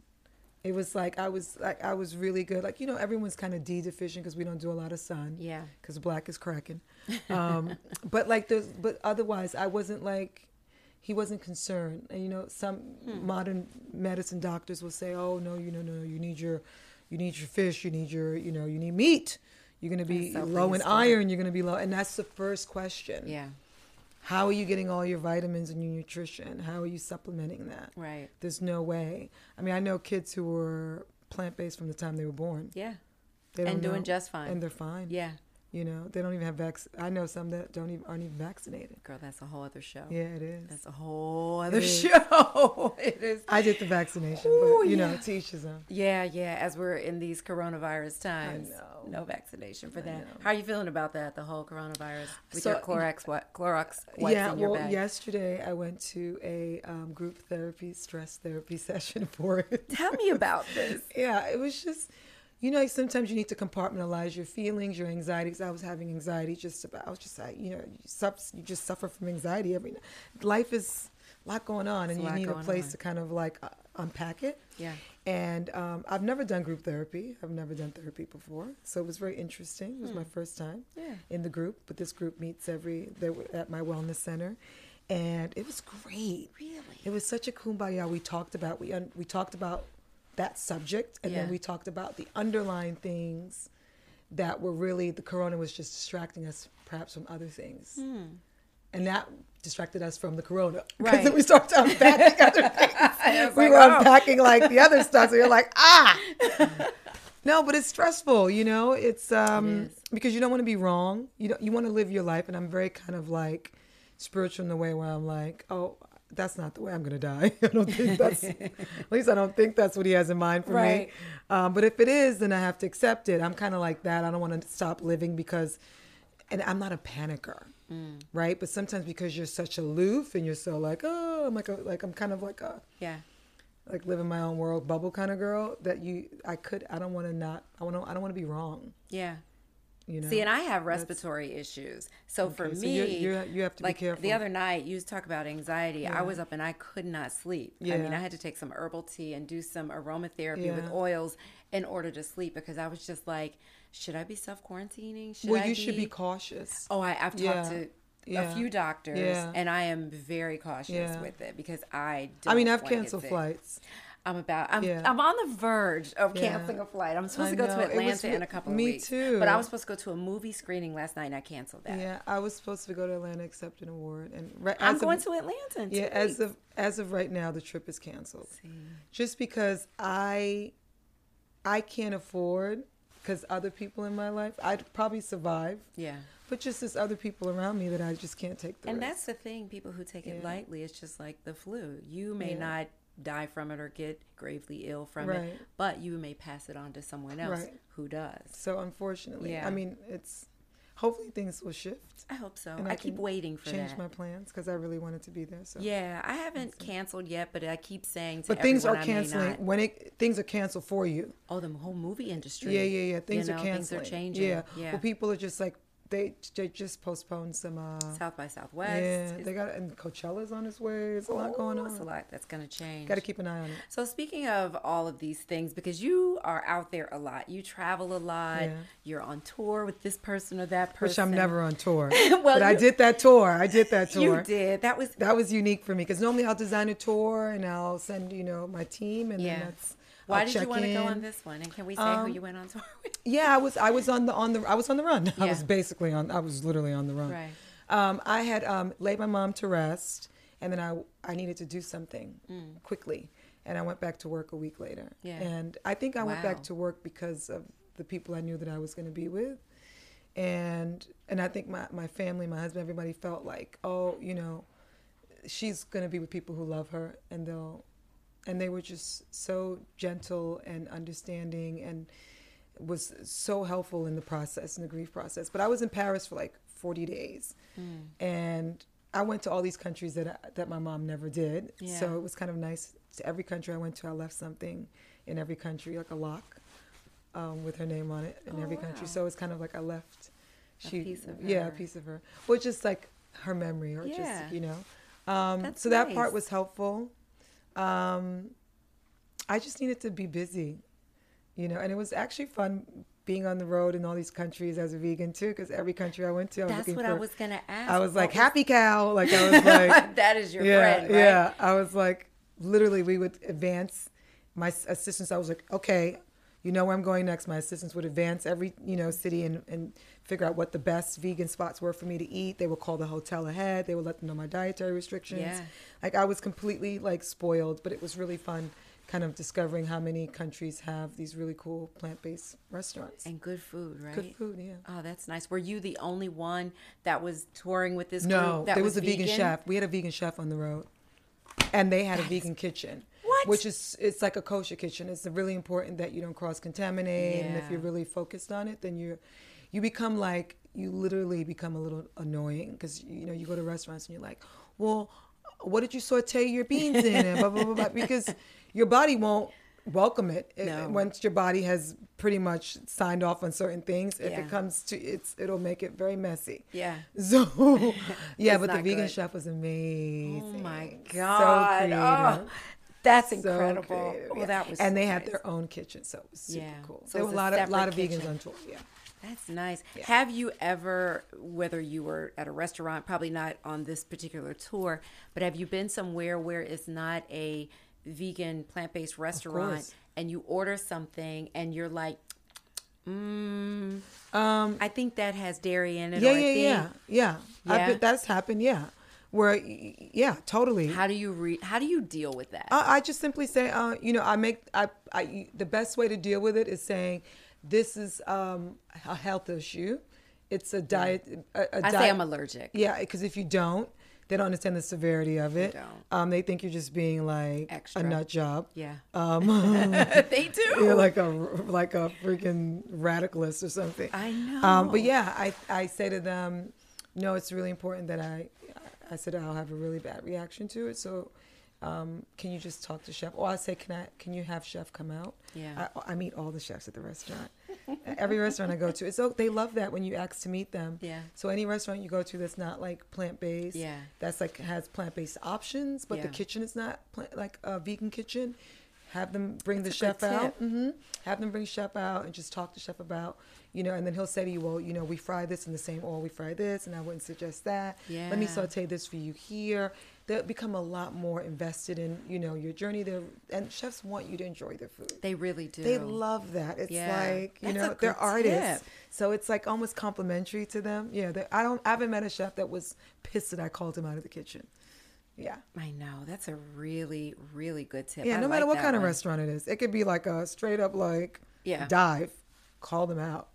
Speaker 2: It was like I was like I was really good. Like you know, everyone's kind of D deficient because we don't do a lot of sun.
Speaker 1: Yeah.
Speaker 2: Because black is cracking. Um, but like there's but otherwise, I wasn't like he wasn't concerned. And you know, some
Speaker 1: Hmm.
Speaker 2: modern medicine doctors will say, "Oh no, you know, no, no, you need your, you need your fish. You need your, you know, you need meat. You're gonna be
Speaker 1: That's so
Speaker 2: low in
Speaker 1: prehistoric.
Speaker 2: iron. You're gonna be low." And that's the first question.
Speaker 1: Yeah.
Speaker 2: How are you getting all your vitamins and your nutrition? How are you supplementing that?
Speaker 1: Right.
Speaker 2: There's no way. I mean, I know kids who were plant based from the time they were born.
Speaker 1: Yeah.
Speaker 2: They
Speaker 1: And
Speaker 2: don't
Speaker 1: doing
Speaker 2: know-
Speaker 1: just fine.
Speaker 2: And they're fine.
Speaker 1: Yeah.
Speaker 2: You know, they don't even have vac. I know some that don't even aren't even vaccinated.
Speaker 1: Girl, that's a whole other show.
Speaker 2: Yeah, it is.
Speaker 1: Oh. That's a whole other
Speaker 2: is.
Speaker 1: show. it is.
Speaker 2: I did the vaccination,
Speaker 1: Ooh,
Speaker 2: but you know,
Speaker 1: yeah.
Speaker 2: it teaches them.
Speaker 1: Yeah, yeah. As we're in these coronavirus times,
Speaker 2: know.
Speaker 1: no vaccination for
Speaker 2: I
Speaker 1: that.
Speaker 2: know.
Speaker 1: How are you feeling about that? The whole coronavirus with
Speaker 2: So- Uh,
Speaker 1: your Clorox, what Clorox wipes
Speaker 2: yeah,
Speaker 1: in your
Speaker 2: well,
Speaker 1: bag.
Speaker 2: yesterday I went to a um, group therapy, stress therapy session for it.
Speaker 1: Tell me about this.
Speaker 2: yeah, it was just, you know, sometimes you need to compartmentalize your feelings, your anxieties. I was having anxiety just about, I was just like, you know, you, sup- you just suffer from anxiety every night. Life is a lot going on, and
Speaker 1: a
Speaker 2: you
Speaker 1: lot
Speaker 2: need a
Speaker 1: going
Speaker 2: place
Speaker 1: on.
Speaker 2: to kind of like uh, unpack it.
Speaker 1: Yeah.
Speaker 2: And um, I've never done group therapy. I've never done therapy before, so it was very interesting. It was
Speaker 1: Hmm.
Speaker 2: my first time
Speaker 1: Yeah.
Speaker 2: in the group, but this group meets every they were at my wellness center, and it was great.
Speaker 1: Really?
Speaker 2: it was such a kumbaya. We talked about we un, we talked about that subject, and
Speaker 1: Yeah.
Speaker 2: then we talked about the underlying things that were really the corona was just distracting us perhaps from other things,
Speaker 1: Hmm.
Speaker 2: and that distracted us from the corona. 'Cause then
Speaker 1: Right.
Speaker 2: we started to unpack the other things
Speaker 1: I was
Speaker 2: we
Speaker 1: like,
Speaker 2: were
Speaker 1: oh.
Speaker 2: unpacking like the other stuff. So you're like, ah. No, but it's stressful, you know. It's um
Speaker 1: It is.
Speaker 2: because you don't want to be wrong. You don't, you want to live your life, and I'm very kind of like spiritual in the way where I'm like, oh, that's not the way I'm gonna die. I don't think that's at least I don't think that's what he has in mind for
Speaker 1: Right.
Speaker 2: me. Um, but if it is, then I have to accept it. I'm kind of like that. I don't want to stop living because, and I'm not a panicker,
Speaker 1: Mm.
Speaker 2: right? But sometimes because you're such aloof and you're so like, oh, I'm like a like I'm kind of like a
Speaker 1: Yeah.
Speaker 2: like live in my own world bubble kind of girl that you I could I don't want to not I want to I don't want to be wrong
Speaker 1: Yeah.
Speaker 2: you know
Speaker 1: See, and I have respiratory issues. So for
Speaker 2: Okay,
Speaker 1: me,
Speaker 2: so you're- you're- you have to be
Speaker 1: like
Speaker 2: careful.
Speaker 1: The other night, you talk about anxiety. I was up and I could not sleep. I mean,
Speaker 2: Yeah.
Speaker 1: I had to take some herbal tea and do some aromatherapy with
Speaker 2: Yeah.
Speaker 1: oils in order to sleep because I was just like, should I be self quarantining? Should
Speaker 2: well
Speaker 1: I
Speaker 2: you should be cautious
Speaker 1: Oh, I, I've
Speaker 2: Yeah,
Speaker 1: talked to
Speaker 2: yeah,
Speaker 1: a few doctors,
Speaker 2: yeah.
Speaker 1: and I am very cautious
Speaker 2: Yeah.
Speaker 1: with it because I. Don't
Speaker 2: I mean I've
Speaker 1: wanna get
Speaker 2: canceled
Speaker 1: sick.
Speaker 2: flights
Speaker 1: I'm about. I'm,
Speaker 2: Yeah.
Speaker 1: I'm on the verge of
Speaker 2: Yeah.
Speaker 1: canceling a flight. I'm supposed
Speaker 2: I
Speaker 1: to go
Speaker 2: know.
Speaker 1: to
Speaker 2: It was
Speaker 1: Atlanta
Speaker 2: me-
Speaker 1: in a couple
Speaker 2: me
Speaker 1: of weeks.
Speaker 2: too.
Speaker 1: But I was supposed to go to a movie screening last night and I canceled that.
Speaker 2: Yeah, I was supposed to go to Atlanta, accept an award, and right,
Speaker 1: I'm
Speaker 2: as
Speaker 1: going
Speaker 2: of,
Speaker 1: to Atlanta. In two
Speaker 2: yeah. As
Speaker 1: weeks.
Speaker 2: of as of right now, the trip is canceled, just because I I can't afford because other people in my life I'd probably survive,
Speaker 1: yeah.
Speaker 2: but just there's other people around me that I just can't take the
Speaker 1: And
Speaker 2: risk.
Speaker 1: that's the thing, people who take it
Speaker 2: Yeah.
Speaker 1: lightly, it's just like the flu. You may
Speaker 2: Yeah.
Speaker 1: not die from it or get gravely ill from it,
Speaker 2: Right.
Speaker 1: but you may pass it on to someone else
Speaker 2: Right.
Speaker 1: who does.
Speaker 2: so unfortunately,
Speaker 1: Yeah.
Speaker 2: I mean it's hopefully things will shift.
Speaker 1: I hope so.
Speaker 2: And
Speaker 1: I,
Speaker 2: I
Speaker 1: keep
Speaker 2: can
Speaker 1: waiting for
Speaker 2: Change
Speaker 1: that.
Speaker 2: my plans because I really wanted to be there. So
Speaker 1: yeah, I haven't canceled yet, but I keep saying to
Speaker 2: but things are
Speaker 1: everyone I may
Speaker 2: canceling
Speaker 1: not.
Speaker 2: when it things are canceled for you.
Speaker 1: Oh, the whole movie industry.
Speaker 2: Yeah, yeah, yeah. Things
Speaker 1: you know,
Speaker 2: are canceling.
Speaker 1: Things are changing.
Speaker 2: Yeah.
Speaker 1: Yeah.
Speaker 2: Well, people are just like they they just postponed some. Uh,
Speaker 1: South by Southwest.
Speaker 2: yeah,
Speaker 1: is-
Speaker 2: they got and Coachella's on its way. There's a lot going
Speaker 1: Ooh, It's a
Speaker 2: on.
Speaker 1: lot that's going to change.
Speaker 2: Got to keep an eye on it.
Speaker 1: So speaking of all of these things, because you are out there a lot, you travel a lot,
Speaker 2: Yeah.
Speaker 1: you're on tour with this person or that person.
Speaker 2: Which I'm never on tour.
Speaker 1: Well,
Speaker 2: but I
Speaker 1: you-
Speaker 2: did that tour. I did that tour.
Speaker 1: You did. That was
Speaker 2: That was unique for me because normally I'll design a tour and I'll send you know my team and
Speaker 1: yeah.
Speaker 2: then that's.
Speaker 1: Why
Speaker 2: I'll
Speaker 1: did you
Speaker 2: check
Speaker 1: want to go
Speaker 2: in.
Speaker 1: on this one? And can we say who you went on tour with?
Speaker 2: Yeah, I was I was on the on the I was on the run. I
Speaker 1: Yeah.
Speaker 2: was basically on I was literally on the run.
Speaker 1: Right.
Speaker 2: Um, I had um, laid my mom to rest, and then I I needed to do something quickly, and I went back to work a week later.
Speaker 1: Mm. Yeah.
Speaker 2: And I think I went
Speaker 1: Wow.
Speaker 2: back to work because of the people I knew that I was going to be with, and and I think my my family, my husband, everybody felt like oh you know, she's going to be with people who love her, and they'll and they were just so gentle and understanding and was so helpful in the process in the grief process but i was in paris for like 40 days
Speaker 1: Hmm.
Speaker 2: and i went to all these countries that I, that my mom never did
Speaker 1: Yeah.
Speaker 2: so it was kind of nice to every country i went to i left something in every country like a lock um, with her name on it in
Speaker 1: Oh,
Speaker 2: every country
Speaker 1: wow.
Speaker 2: so it's kind of like i left
Speaker 1: A
Speaker 2: she
Speaker 1: piece of
Speaker 2: yeah a
Speaker 1: her.
Speaker 2: piece of her well just like her memory or
Speaker 1: Yeah.
Speaker 2: just you know um,
Speaker 1: That's
Speaker 2: so that part
Speaker 1: nice.
Speaker 2: was helpful um, I just needed to be busy, you know, and it was actually fun being on the road in all these countries as a vegan too, because every country I went to, I was
Speaker 1: That's
Speaker 2: looking
Speaker 1: what
Speaker 2: for.
Speaker 1: I was going to ask. Oh,
Speaker 2: I was
Speaker 1: What
Speaker 2: like happy cow, like I was like,
Speaker 1: that is your
Speaker 2: yeah,
Speaker 1: friend, right?
Speaker 2: yeah. I was like, literally, we would advance my s- assistants. I was like, okay, you know where I'm going next. My assistants would advance every you know city and and figure out what the best vegan spots were for me to eat. They would call the hotel ahead. They would let them know my dietary restrictions.
Speaker 1: Yeah.
Speaker 2: Like I was completely like spoiled, but it was really fun. Kind of discovering how many countries have these really cool plant-based restaurants.
Speaker 1: And good food, right?
Speaker 2: Good food, yeah.
Speaker 1: Oh, that's nice. Were you the only one that was touring with this
Speaker 2: No,
Speaker 1: group? that
Speaker 2: there was, a vegan? chef. We had a vegan chef on the road, and they had a vegan kitchen.
Speaker 1: What?
Speaker 2: Which is it's like a kosher kitchen. It's really important that you don't cross contaminate, and if
Speaker 1: Yeah.
Speaker 2: you're really focused on it, then you you become like you literally become a little annoying because you know you go to restaurants and you're like, well, what did you saute your beans in, and blah blah blah, blah because your body won't welcome it It-
Speaker 1: No.
Speaker 2: once your body has pretty much signed off on certain things if
Speaker 1: Yeah.
Speaker 2: it comes to it's it'll make it very messy
Speaker 1: Yeah.
Speaker 2: so, yeah,
Speaker 1: It's
Speaker 2: but the
Speaker 1: not
Speaker 2: vegan
Speaker 1: good.
Speaker 2: chef was
Speaker 1: Oh
Speaker 2: amazing.
Speaker 1: my
Speaker 2: So
Speaker 1: God! oh,
Speaker 2: creative.
Speaker 1: that's
Speaker 2: So
Speaker 1: incredible.
Speaker 2: creative,
Speaker 1: Well,
Speaker 2: yeah.
Speaker 1: that was
Speaker 2: and
Speaker 1: so
Speaker 2: they had
Speaker 1: nice.
Speaker 2: their own kitchen, so it was super
Speaker 1: Yeah.
Speaker 2: cool.
Speaker 1: So
Speaker 2: there
Speaker 1: it
Speaker 2: were a
Speaker 1: was a
Speaker 2: lot of lot of
Speaker 1: separate
Speaker 2: vegans
Speaker 1: kitchen.
Speaker 2: on tour. Yeah,
Speaker 1: That's nice. Have you ever, whether you were at a restaurant, probably not on this particular tour, but have you been somewhere where it's not a vegan plant based restaurant
Speaker 2: course.
Speaker 1: and you order something and you're like, mm,
Speaker 2: um,
Speaker 1: I think that has dairy in it.
Speaker 2: yeah,
Speaker 1: or I
Speaker 2: yeah,
Speaker 1: think-
Speaker 2: yeah, yeah.
Speaker 1: Yeah?
Speaker 2: I've been, that's happened. Yeah, where y- y- yeah, totally.
Speaker 1: How do you re- How do you deal with that?
Speaker 2: I, I just simply say, uh, you know, I make I, I the best way to deal with it is saying, this is um, a health issue. It's a diet. A, a
Speaker 1: I
Speaker 2: diet-
Speaker 1: say I'm allergic.
Speaker 2: Yeah, because if you don't, they don't understand the severity of it.
Speaker 1: don't.
Speaker 2: Um, they think you're just being like
Speaker 1: Extra.
Speaker 2: a nut job.
Speaker 1: Yeah.
Speaker 2: Um,
Speaker 1: they do.
Speaker 2: you're like a like a freaking radicalist or something.
Speaker 1: I
Speaker 2: Um, but
Speaker 1: know.
Speaker 2: yeah, I I say to them, no, it's really important that I I said I'll have a really bad reaction to it. So. Um, can you just talk to chef? Or I say, can I? Can you have chef come out?
Speaker 1: Yeah.
Speaker 2: I, I meet all the chefs at the restaurant. Every restaurant I go to, it's so they love that when you ask to meet them.
Speaker 1: Yeah.
Speaker 2: So any restaurant you go to that's not like plant based,
Speaker 1: Yeah.
Speaker 2: that's like has plant based options, but
Speaker 1: Yeah.
Speaker 2: the kitchen is not plant, like a vegan kitchen. have them bring
Speaker 1: That's
Speaker 2: the
Speaker 1: a good
Speaker 2: chef out.
Speaker 1: tip.
Speaker 2: hmm Have them bring chef out and just talk to chef about, you know, and then he'll say to you, well, you know, we fry this in the same oil we fry this, and I wouldn't suggest that. Let me
Speaker 1: Yeah.
Speaker 2: saute this for you here. They'll become a lot more invested in, you know, your journey there. And chefs want you to enjoy their food.
Speaker 1: They really do.
Speaker 2: They love that. It's
Speaker 1: Yeah.
Speaker 2: like you
Speaker 1: That's a
Speaker 2: know they're
Speaker 1: good
Speaker 2: artists,
Speaker 1: tip.
Speaker 2: so it's like almost complimentary to them. Yeah, they- I don't. I haven't met a chef that was pissed that I called him out of the kitchen. Yeah,
Speaker 1: I know. That's a really, really good tip.
Speaker 2: yeah.
Speaker 1: I
Speaker 2: no matter
Speaker 1: like
Speaker 2: what
Speaker 1: that
Speaker 2: kind of
Speaker 1: one.
Speaker 2: restaurant it is, it could be like a straight up like
Speaker 1: Yeah.
Speaker 2: dive, call them out.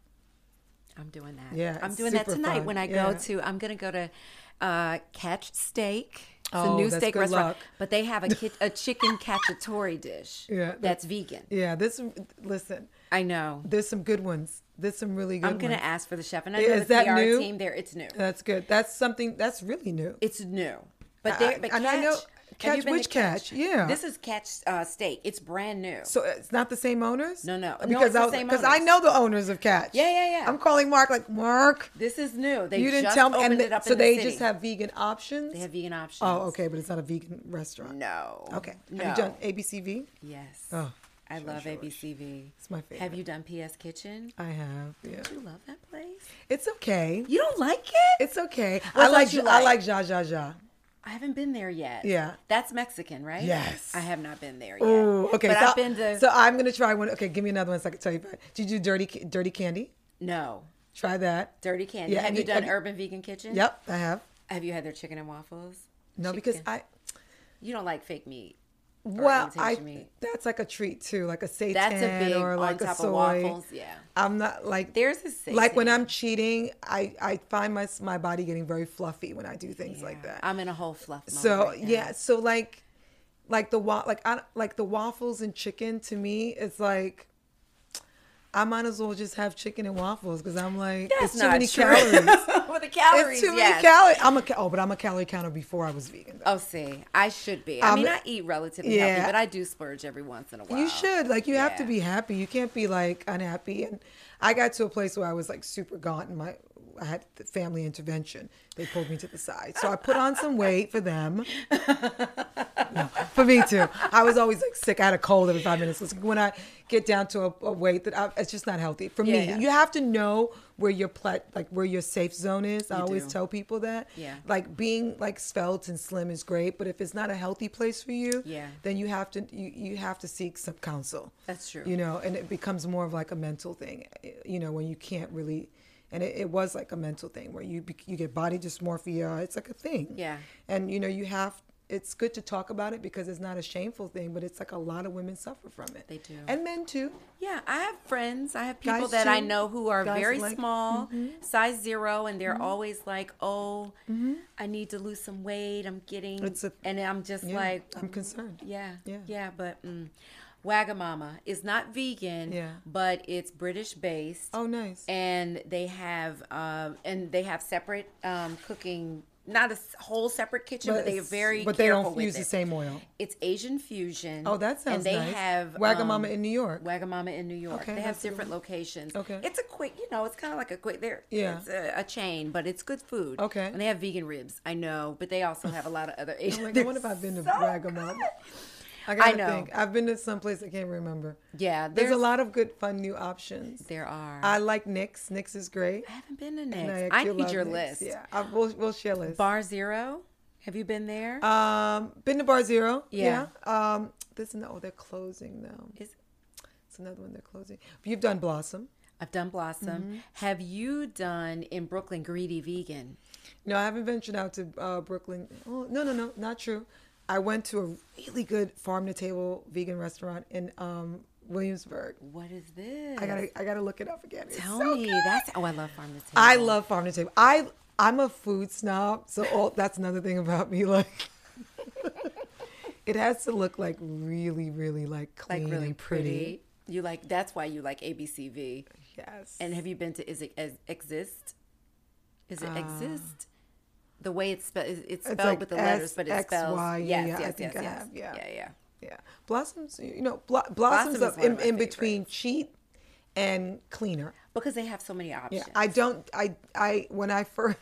Speaker 1: I'm doing that.
Speaker 2: Yeah,
Speaker 1: I'm
Speaker 2: it's
Speaker 1: doing that
Speaker 2: super
Speaker 1: tonight
Speaker 2: fun.
Speaker 1: when I
Speaker 2: Yeah.
Speaker 1: go to. I'm gonna go to uh, Catch Steak. It's a
Speaker 2: Oh,
Speaker 1: new
Speaker 2: that's
Speaker 1: steak
Speaker 2: good
Speaker 1: restaurant,
Speaker 2: luck.
Speaker 1: but they have a kit, a chicken cacciatore dish.
Speaker 2: Yeah, that-
Speaker 1: that's vegan.
Speaker 2: Yeah, this listen.
Speaker 1: I know.
Speaker 2: There's some good ones. There's some really good
Speaker 1: I'm gonna
Speaker 2: ones.
Speaker 1: ask for the chef, and I
Speaker 2: Yeah,
Speaker 1: know
Speaker 2: is
Speaker 1: the
Speaker 2: that
Speaker 1: PR
Speaker 2: new? Uh,
Speaker 1: team there. It's new.
Speaker 2: That's good. That's something that's really new.
Speaker 1: It's new. But
Speaker 2: I-
Speaker 1: they but
Speaker 2: and
Speaker 1: catch,
Speaker 2: I know-
Speaker 1: have you
Speaker 2: Catch
Speaker 1: been to
Speaker 2: which Catch? Yeah.
Speaker 1: This is Catch uh, Steak. It's brand new.
Speaker 2: So it's not the same owners?
Speaker 1: No, no. No,
Speaker 2: Because
Speaker 1: it's the
Speaker 2: I-
Speaker 1: same
Speaker 2: because I
Speaker 1: owners.
Speaker 2: know the owners of Catch.
Speaker 1: Yeah, yeah, yeah.
Speaker 2: I'm calling Mark like Mark.
Speaker 1: this is new. They
Speaker 2: you didn't
Speaker 1: just
Speaker 2: tell me.
Speaker 1: opened
Speaker 2: And
Speaker 1: it up
Speaker 2: so
Speaker 1: in the
Speaker 2: they
Speaker 1: city.
Speaker 2: just have vegan options.
Speaker 1: they have vegan options.
Speaker 2: Oh, okay, but it's not a vegan restaurant.
Speaker 1: No.
Speaker 2: Okay.
Speaker 1: No.
Speaker 2: Have you done ABCV?
Speaker 1: Yes.
Speaker 2: Oh,
Speaker 1: I
Speaker 2: sure,
Speaker 1: love
Speaker 2: sure,
Speaker 1: ABCV.
Speaker 2: It's my
Speaker 1: Have
Speaker 2: favorite.
Speaker 1: you done PS Kitchen?
Speaker 2: I have. Yeah.
Speaker 1: Do you love that place?
Speaker 2: It's okay.
Speaker 1: You don't like it?
Speaker 2: It's okay. I
Speaker 1: don't
Speaker 2: like,
Speaker 1: you
Speaker 2: I
Speaker 1: like?
Speaker 2: like Ja Ja Ja.
Speaker 1: I haven't been there yet.
Speaker 2: Yeah.
Speaker 1: That's Mexican, right?
Speaker 2: Yes.
Speaker 1: I have not been there yet.
Speaker 2: Ooh, okay.
Speaker 1: But
Speaker 2: so,
Speaker 1: I've been to
Speaker 2: so I'm gonna try one. Okay, give me another one so I can tell you about. it. Did you do dirty Ca- dirty candy?
Speaker 1: no
Speaker 2: Try that.
Speaker 1: dirty candy.
Speaker 2: Yeah,
Speaker 1: have
Speaker 2: and
Speaker 1: you
Speaker 2: you-
Speaker 1: done
Speaker 2: and-
Speaker 1: Urban Vegan Kitchen?
Speaker 2: Yep, I have.
Speaker 1: Have you had their chicken and waffles?
Speaker 2: No, because
Speaker 1: Chicken.
Speaker 2: I
Speaker 1: you don't like fake meat. or
Speaker 2: well, I
Speaker 1: imitation meat.
Speaker 2: that's like a treat too, like a seitan
Speaker 1: That's a big
Speaker 2: or like
Speaker 1: on top
Speaker 2: a soy.
Speaker 1: of waffles. Yeah.
Speaker 2: I'm not like
Speaker 1: Theirs is
Speaker 2: like when
Speaker 1: seitan.
Speaker 2: I'm cheating, I I find my my body getting very fluffy when I do things like
Speaker 1: Yeah.
Speaker 2: that.
Speaker 1: I'm in a whole fluff. Mode
Speaker 2: so
Speaker 1: right now.
Speaker 2: yeah, so like like the wa- like I like the waffles and chicken to me it's like I might as well just have chicken and waffles because I'm like
Speaker 1: That's
Speaker 2: it's too
Speaker 1: not
Speaker 2: many
Speaker 1: true.
Speaker 2: calories.
Speaker 1: With the calories,
Speaker 2: it's too
Speaker 1: yes.
Speaker 2: many calories. I'm a ca- oh, but I'm a calorie counter before I was vegan. though.
Speaker 1: Oh, see, I should be. I
Speaker 2: Um,
Speaker 1: mean, I eat relatively healthy,
Speaker 2: yeah.
Speaker 1: but I do splurge every once in a while.
Speaker 2: You should. Like you have to
Speaker 1: Yeah.
Speaker 2: be happy. You can't be like unhappy. And I got to a place where I was like super gaunt and my I had the family intervention. They pulled me to the side. So I put on some weight for them. No, for me too. I was always like sick. I had a cold every five minutes. It's like, when I get down to a, a weight that I, it's just not healthy for me.
Speaker 1: Yeah, yeah.
Speaker 2: You have to know where your plat, like where your safe zone is. I always
Speaker 1: do.
Speaker 2: tell people that.
Speaker 1: Yeah.
Speaker 2: Like being like svelte and slim is great, but if it's not a healthy place for you,
Speaker 1: Yeah.
Speaker 2: then you have to you, you have to seek some counsel.
Speaker 1: That's true.
Speaker 2: You know, and it becomes more of like a mental thing. You know, when you can't really. And it, it was like a mental thing where you be- you get body dysmorphia. It's like a thing.
Speaker 1: Yeah.
Speaker 2: And you know, you have it's good to talk about it because it's not a shameful thing, but it's like a lot of women suffer from it.
Speaker 1: They do.
Speaker 2: And men too.
Speaker 1: Yeah, I have friends. I have people
Speaker 2: Guys
Speaker 1: that I
Speaker 2: too.
Speaker 1: know who are
Speaker 2: Guys
Speaker 1: very
Speaker 2: like- Mm-hmm.
Speaker 1: small, size zero, and they're always like, "Oh, I need to lose some weight. I'm getting,"
Speaker 2: It's a-
Speaker 1: and I'm just
Speaker 2: Yeah,
Speaker 1: like,
Speaker 2: I'm concerned.
Speaker 1: "Yeah, yeah,
Speaker 2: Yeah.
Speaker 1: but mm, Wagamama is not vegan,
Speaker 2: Yeah.
Speaker 1: but it's British based.
Speaker 2: Oh nice.
Speaker 1: and they have um, and they have separate um, cooking, not a s- whole separate kitchen, but, they are
Speaker 2: it's-
Speaker 1: very
Speaker 2: but they
Speaker 1: careful
Speaker 2: don't
Speaker 1: with
Speaker 2: use
Speaker 1: it.
Speaker 2: the same oil.
Speaker 1: It's Asian fusion.
Speaker 2: Oh, that
Speaker 1: And
Speaker 2: sounds
Speaker 1: they
Speaker 2: nice.
Speaker 1: have
Speaker 2: Wagamama
Speaker 1: um,
Speaker 2: in New York.
Speaker 1: Wagamama in New York.
Speaker 2: Okay,
Speaker 1: they have
Speaker 2: that's good.
Speaker 1: different locations.
Speaker 2: Okay.
Speaker 1: It's a quick, you know, it's kind of like a quick. There,
Speaker 2: Yeah.
Speaker 1: It's a, a chain, but it's good food.
Speaker 2: Okay.
Speaker 1: And they have vegan ribs. I know, but they also have a lot of other Asian.
Speaker 2: I'm like, I
Speaker 1: they're
Speaker 2: wonder if I've been to
Speaker 1: so
Speaker 2: Wagamama.
Speaker 1: good.
Speaker 2: I gotta
Speaker 1: know.
Speaker 2: think. I've been to some place I can't remember.
Speaker 1: Yeah,
Speaker 2: There's,
Speaker 1: there's-
Speaker 2: a lot of good, fun new options.
Speaker 1: There are. I,
Speaker 2: I like Nick's. Nick's is great.
Speaker 1: haven't been to
Speaker 2: And
Speaker 1: Nick's. I,
Speaker 2: actually
Speaker 1: need
Speaker 2: love
Speaker 1: your list.
Speaker 2: Nick's. Yeah, I, we'll we'll share a list.
Speaker 1: Bar Zero. Have you been there?
Speaker 2: um, been to Bar Zero.
Speaker 1: Yeah.
Speaker 2: Um, this and oh, they're closing now.
Speaker 1: Is-
Speaker 2: It's another one they're closing. You've done Blossom.
Speaker 1: I've done Blossom.
Speaker 2: Mm-hmm.
Speaker 1: Have you done in Brooklyn Greedy Vegan?
Speaker 2: No, I haven't ventured out to uh, Brooklyn. Oh, no, no, no, not true. I went to a really good farm to table vegan restaurant in um, Williamsburg.
Speaker 1: What is this?
Speaker 2: I gotta I gotta look it up again. It's
Speaker 1: Tell
Speaker 2: so
Speaker 1: me.
Speaker 2: good.
Speaker 1: That's oh, I love farm to table.
Speaker 2: I love farm to table. I I'm a food snob, so all, that's another thing about me. Like, it has to look like really, really like clean
Speaker 1: like really
Speaker 2: and pretty.
Speaker 1: pretty. You like that's why you like ABCV.
Speaker 2: Yes.
Speaker 1: And have you been to is it Ex- exist? Is it exist? The way it's spelled, it's spelled
Speaker 2: Ah. like
Speaker 1: with the letters, but it's spelled.
Speaker 2: SXY, yeah,
Speaker 1: yes,
Speaker 2: yeah, E, I
Speaker 1: yes, yes,
Speaker 2: think I
Speaker 1: yes.
Speaker 2: have, yeah.
Speaker 1: yeah, yeah.
Speaker 2: yeah, blossoms. You know, blo- blossoms
Speaker 1: Blossom is
Speaker 2: up
Speaker 1: one of
Speaker 2: in,
Speaker 1: my
Speaker 2: in between cheat and cleaner.
Speaker 1: Because they have so many options.
Speaker 2: Yeah, I don't. I I when I first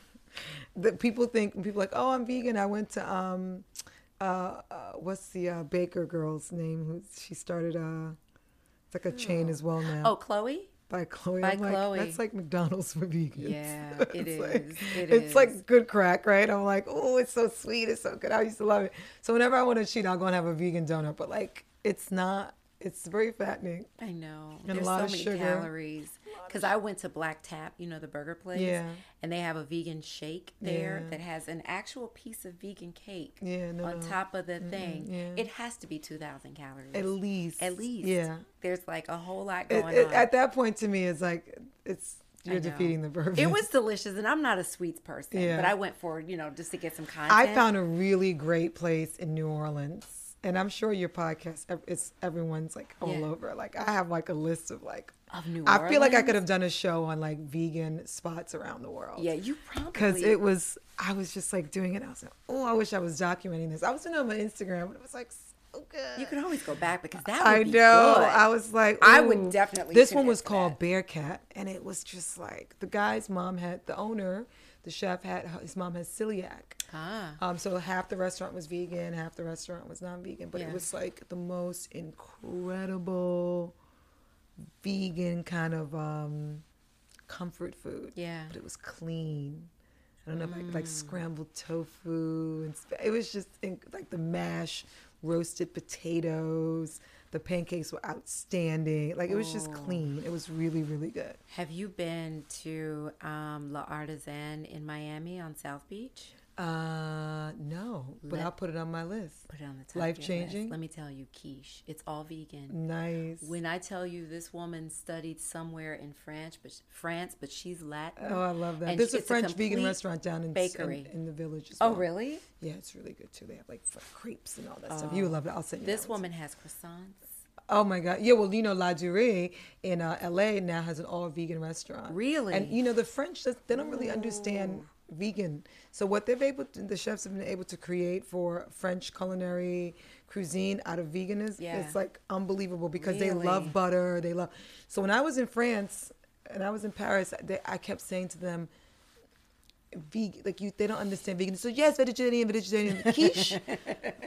Speaker 2: the people think people like, oh, I'm vegan. I went to um, uh, uh, what's the uh, Baker girl's name? Who she started? Uh, it's like a chain as well now.
Speaker 1: Oh, Chloe?
Speaker 2: by Chloe.
Speaker 1: by
Speaker 2: I'm like,
Speaker 1: Chloe.
Speaker 2: That's like McDonald's for vegans.
Speaker 1: Yeah, it
Speaker 2: it's
Speaker 1: is.
Speaker 2: Like,
Speaker 1: It
Speaker 2: it's
Speaker 1: is.
Speaker 2: like good crack, right? I'm like, oh, it's so sweet. It's so good. I used to love it. So whenever I want to cheat, I'll go and have a vegan donut. But like, it's not. It's very fattening.
Speaker 1: I know.
Speaker 2: And a
Speaker 1: There's
Speaker 2: lot
Speaker 1: so
Speaker 2: of
Speaker 1: many
Speaker 2: sugar.
Speaker 1: calories. Because I went to Black Tap, you know, the burger place.
Speaker 2: Yeah.
Speaker 1: And they have a vegan shake there
Speaker 2: Yeah.
Speaker 1: that has an actual piece of vegan cake
Speaker 2: Yeah, no,
Speaker 1: on
Speaker 2: no.
Speaker 1: top of the thing.
Speaker 2: yeah.
Speaker 1: It has to be 2,000 calories.
Speaker 2: At least.
Speaker 1: At least.
Speaker 2: Yeah.
Speaker 1: There's like a whole lot
Speaker 2: It,
Speaker 1: going
Speaker 2: it,
Speaker 1: on.
Speaker 2: at that point, to me, it's like it's you're
Speaker 1: know.
Speaker 2: defeating the purpose.
Speaker 1: it was delicious, and I'm not a sweets person,
Speaker 2: Yeah.
Speaker 1: but I went for, you know, just to get some content.
Speaker 2: I found a really great place in New Orleans, and I'm sure your podcast ev- it's everyone's like all
Speaker 1: Yeah.
Speaker 2: over. Like I have like a list of like
Speaker 1: Of New
Speaker 2: I feel like I
Speaker 1: Orleans?
Speaker 2: could have done a show on like vegan spots around the world.
Speaker 1: Yeah, you probably.
Speaker 2: Because it was, I was just like doing it. I was like, oh, I wish I was documenting this. I was doing it on my Instagram, but it was like so good.
Speaker 1: You can always go back because that would
Speaker 2: I
Speaker 1: be
Speaker 2: know.
Speaker 1: good.
Speaker 2: I was like,
Speaker 1: I would
Speaker 2: ooh.
Speaker 1: definitely
Speaker 2: This
Speaker 1: tune
Speaker 2: one
Speaker 1: in
Speaker 2: was
Speaker 1: for
Speaker 2: called
Speaker 1: that.
Speaker 2: Bearcat, and it was just like the guy's mom had the owner, the chef had his mom has celiac.
Speaker 1: Ah.
Speaker 2: Um, so half the restaurant was vegan, half the restaurant was non-vegan, but
Speaker 1: Yeah.
Speaker 2: it was like the most incredible vegan kind of um, comfort food.
Speaker 1: Yeah. Mm.
Speaker 2: but it was clean. I don't know, like, like scrambled tofu and sp- it was just in, like the mash, roasted potatoes. The pancakes were outstanding. Like it was
Speaker 1: Oh.
Speaker 2: just clean. It was really, really good.
Speaker 1: Have you been to um, La Artisan in Miami on South Beach?
Speaker 2: Uh, no, but I'll put it on my list.
Speaker 1: Put it on the top. of your list.
Speaker 2: Life-changing?
Speaker 1: Let me tell you, quiche. It's all vegan.
Speaker 2: Nice.
Speaker 1: When I tell you this woman studied somewhere in France, but France, but she's Latin.
Speaker 2: Oh, I love that.
Speaker 1: and
Speaker 2: There's a
Speaker 1: it's
Speaker 2: French
Speaker 1: complete
Speaker 2: vegan restaurant down in,
Speaker 1: bakery.
Speaker 2: in in the village as well.
Speaker 1: oh, really? Oh.
Speaker 2: Yeah, it's really good too. They have like f- crepes and all that stuff. You would love it. I'll send you
Speaker 1: This
Speaker 2: that one.
Speaker 1: woman has croissants.
Speaker 2: Oh my god. Yeah, well, you know La Durée in uh, LA now has an all vegan restaurant.
Speaker 1: Really?
Speaker 2: And you know the French just- they don't really understand vegan. So what they've able to, the chefs have been able to create for French culinary cuisine out of veganism
Speaker 1: Yeah.
Speaker 2: it's like unbelievable because they
Speaker 1: Really?
Speaker 2: love butter, they love. So when I was in France and I was in Paris, they, I kept saying to them vegan like you they don't understand vegan so yes vegetarian vegetarian quiche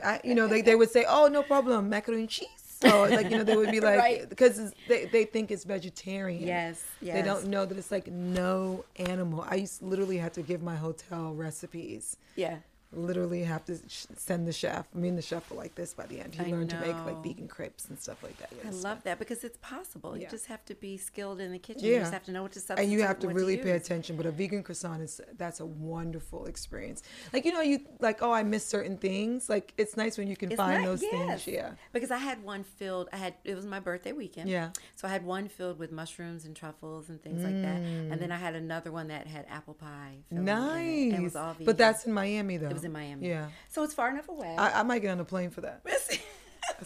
Speaker 2: I, you know they, they would say oh no problem macaroni and cheese so like you know they would be like
Speaker 1: Right.
Speaker 2: because it's they, they think it's vegetarian
Speaker 1: Yes,
Speaker 2: they
Speaker 1: yes.
Speaker 2: don't know that it's like no animal i used to literally had to give my hotel recipes
Speaker 1: Yeah.
Speaker 2: literally have to sh- send the chef me and the chef were like this by the end he
Speaker 1: I
Speaker 2: learned to make
Speaker 1: know.
Speaker 2: like vegan crepes and stuff like that
Speaker 1: I love that because it's possible. You
Speaker 2: Yeah.
Speaker 1: just have to be skilled in the kitchen. You
Speaker 2: Yeah.
Speaker 1: just have to know what to substitute.
Speaker 2: and you have to
Speaker 1: what
Speaker 2: really pay
Speaker 1: use.
Speaker 2: attention. But a vegan croissant is that's a wonderful experience. Like you know, you like oh, I miss certain things. Like it's nice when you can
Speaker 1: It's
Speaker 2: find
Speaker 1: not-
Speaker 2: those
Speaker 1: yes.
Speaker 2: things. Yeah,
Speaker 1: Because I had one filled. I had it was my birthday weekend.
Speaker 2: Yeah.
Speaker 1: So I had one filled with mushrooms and truffles and things like that, and
Speaker 2: Mm.
Speaker 1: then I had another one that had apple pie. filling in it, and it
Speaker 2: nice.
Speaker 1: was all vegan.
Speaker 2: but that's in Miami though.
Speaker 1: it was in Miami.
Speaker 2: Yeah,
Speaker 1: So it's far enough away.
Speaker 2: I, I might get on a plane for that.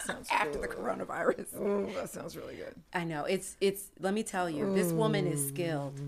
Speaker 2: sounds
Speaker 1: after the
Speaker 2: good.
Speaker 1: coronavirus.
Speaker 2: Oh, that sounds really good.
Speaker 1: I know it's it's. Let me tell you, this woman is skilled.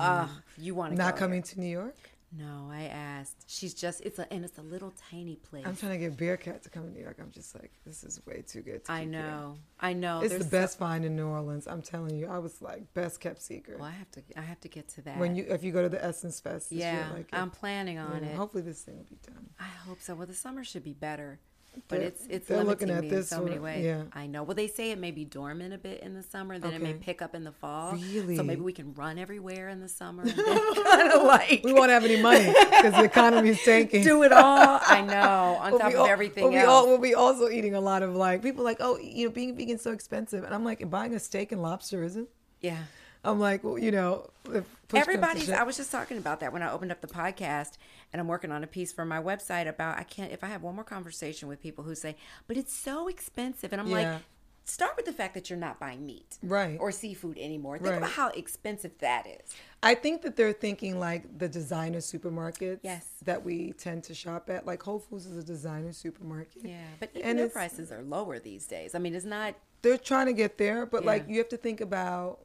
Speaker 1: Uh, you want to
Speaker 2: Not
Speaker 1: go
Speaker 2: coming to New York.
Speaker 1: there. No, I asked. She's just it's a and it's a little tiny place.
Speaker 2: I'm trying to get Bearcat to come to New York. I'm just like, this is way too good. To
Speaker 1: I
Speaker 2: keep here.
Speaker 1: know. I know.
Speaker 2: It's
Speaker 1: There's-
Speaker 2: the best find in New Orleans. I'm telling you, I was like best kept secret.
Speaker 1: Well, I have to. I have to get to that.
Speaker 2: When you if you go to the Essence Fest, this year,
Speaker 1: yeah,
Speaker 2: like
Speaker 1: I'm planning on
Speaker 2: yeah,
Speaker 1: it.
Speaker 2: Hopefully this thing will be done.
Speaker 1: I hope so. Well, the summer should be better, but
Speaker 2: They're-
Speaker 1: it's it's
Speaker 2: they're
Speaker 1: limiting
Speaker 2: looking at
Speaker 1: me
Speaker 2: this
Speaker 1: in so many
Speaker 2: one,
Speaker 1: ways.
Speaker 2: yeah.
Speaker 1: I know. Well, they say it may be dormant a bit in the summer, then it may
Speaker 2: Okay.
Speaker 1: pick up in the fall. So
Speaker 2: Really?
Speaker 1: maybe we can run everywhere in the summer. and then kind of like
Speaker 2: We won't have any money because the economy is tanking.
Speaker 1: do it all. I know. On
Speaker 2: We'll
Speaker 1: top
Speaker 2: be
Speaker 1: of
Speaker 2: al-
Speaker 1: everything
Speaker 2: we'll be
Speaker 1: else.
Speaker 2: al- we'll be also eating a lot of like people like, oh, you know, being vegan's so expensive, and I'm like, buying a steak and lobster isn't.
Speaker 1: yeah.
Speaker 2: I'm like, well, you know, if push comes to
Speaker 1: Everybody's.
Speaker 2: shove-
Speaker 1: I was just talking about that when I opened up the podcast, and I'm working on a piece for my website about I can't. If I have one more conversation with people who say, "But it's so expensive," and I'm
Speaker 2: Yeah.
Speaker 1: like, start with the fact that you're not buying meat,
Speaker 2: Right.
Speaker 1: or seafood anymore. Think
Speaker 2: Right.
Speaker 1: about how expensive that is.
Speaker 2: I think that they're thinking like the designer supermarkets
Speaker 1: Yes.
Speaker 2: that we tend to shop at. Like Whole Foods is a designer supermarket.
Speaker 1: Yeah, but even
Speaker 2: and
Speaker 1: their
Speaker 2: it's-
Speaker 1: prices are lower these days. I mean, it's not.
Speaker 2: they're trying to get there, but like
Speaker 1: Yeah.
Speaker 2: you have to think about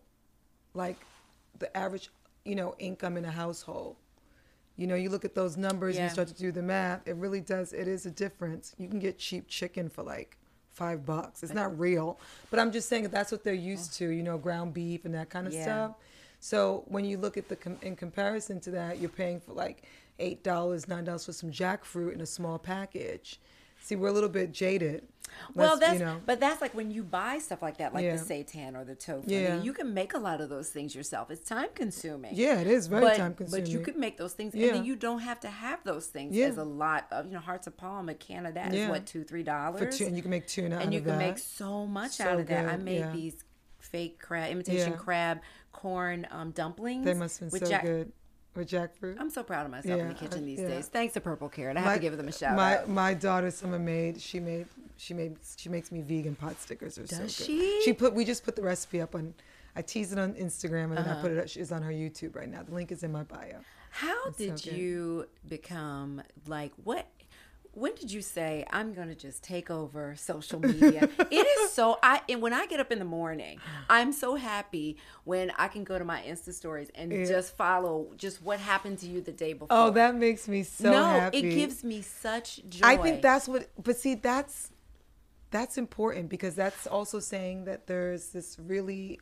Speaker 2: like the average, you know, income in a household. You know, you look at those numbers and
Speaker 1: Yeah.
Speaker 2: you start to do the math. It really does. It is a difference. You can get cheap chicken for like five bucks. It's not real, but I'm just saying that that's what they're used to. You know, ground beef and that kind of
Speaker 1: Yeah.
Speaker 2: stuff. So when you look at the com- in comparison to that, you're paying for like eight dollars, nine dollars for some jackfruit in a small package. See, we're a little bit jaded.
Speaker 1: Well, that's
Speaker 2: you know,
Speaker 1: but that's like when you buy stuff like that, like
Speaker 2: Yeah.
Speaker 1: the seitan or the tofu.
Speaker 2: Yeah.
Speaker 1: you can make a lot of those things yourself. It's time consuming.
Speaker 2: Yeah, it is very
Speaker 1: but,
Speaker 2: time-consuming.
Speaker 1: But you can make those things,
Speaker 2: Yeah.
Speaker 1: and then you don't have to have those things
Speaker 2: Yeah.
Speaker 1: as a lot of you know hearts of palm. A can of that is
Speaker 2: Yeah.
Speaker 1: what two three
Speaker 2: for
Speaker 1: dollars,
Speaker 2: tuna, and you can make tuna out
Speaker 1: and you
Speaker 2: of
Speaker 1: can
Speaker 2: that.
Speaker 1: make so much
Speaker 2: So
Speaker 1: out of that. I
Speaker 2: good,
Speaker 1: made
Speaker 2: yeah.
Speaker 1: these fake crab, imitation
Speaker 2: Yeah.
Speaker 1: crab corn um, dumplings.
Speaker 2: they must have been
Speaker 1: with
Speaker 2: so
Speaker 1: jack-
Speaker 2: good with jackfruit.
Speaker 1: I'm so proud of myself in
Speaker 2: Yeah,
Speaker 1: the kitchen
Speaker 2: I-
Speaker 1: these
Speaker 2: yeah.
Speaker 1: days. Thanks to Purple Carrot, I have to give them a shout
Speaker 2: my,
Speaker 1: out.
Speaker 2: My daughter, summer made. She made. She made. She makes me vegan pot stickers. Are so good.
Speaker 1: Does she?
Speaker 2: She put. We just put the recipe up on. I teased it on Instagram and then
Speaker 1: Uh-huh.
Speaker 2: I put it. up- It's on her YouTube right now. The link is in my bio.
Speaker 1: How did
Speaker 2: good.
Speaker 1: you become like what? When did you say I'm going to just take over social media? it is so I and when I get up in the morning, I'm so happy when I can go to my Insta stories and just follow just what happened to you the day before.
Speaker 2: Oh, that makes me so
Speaker 1: no,
Speaker 2: happy.
Speaker 1: it gives me such joy.
Speaker 2: I think that's what. But see, that's that's important because that's also saying that there's this really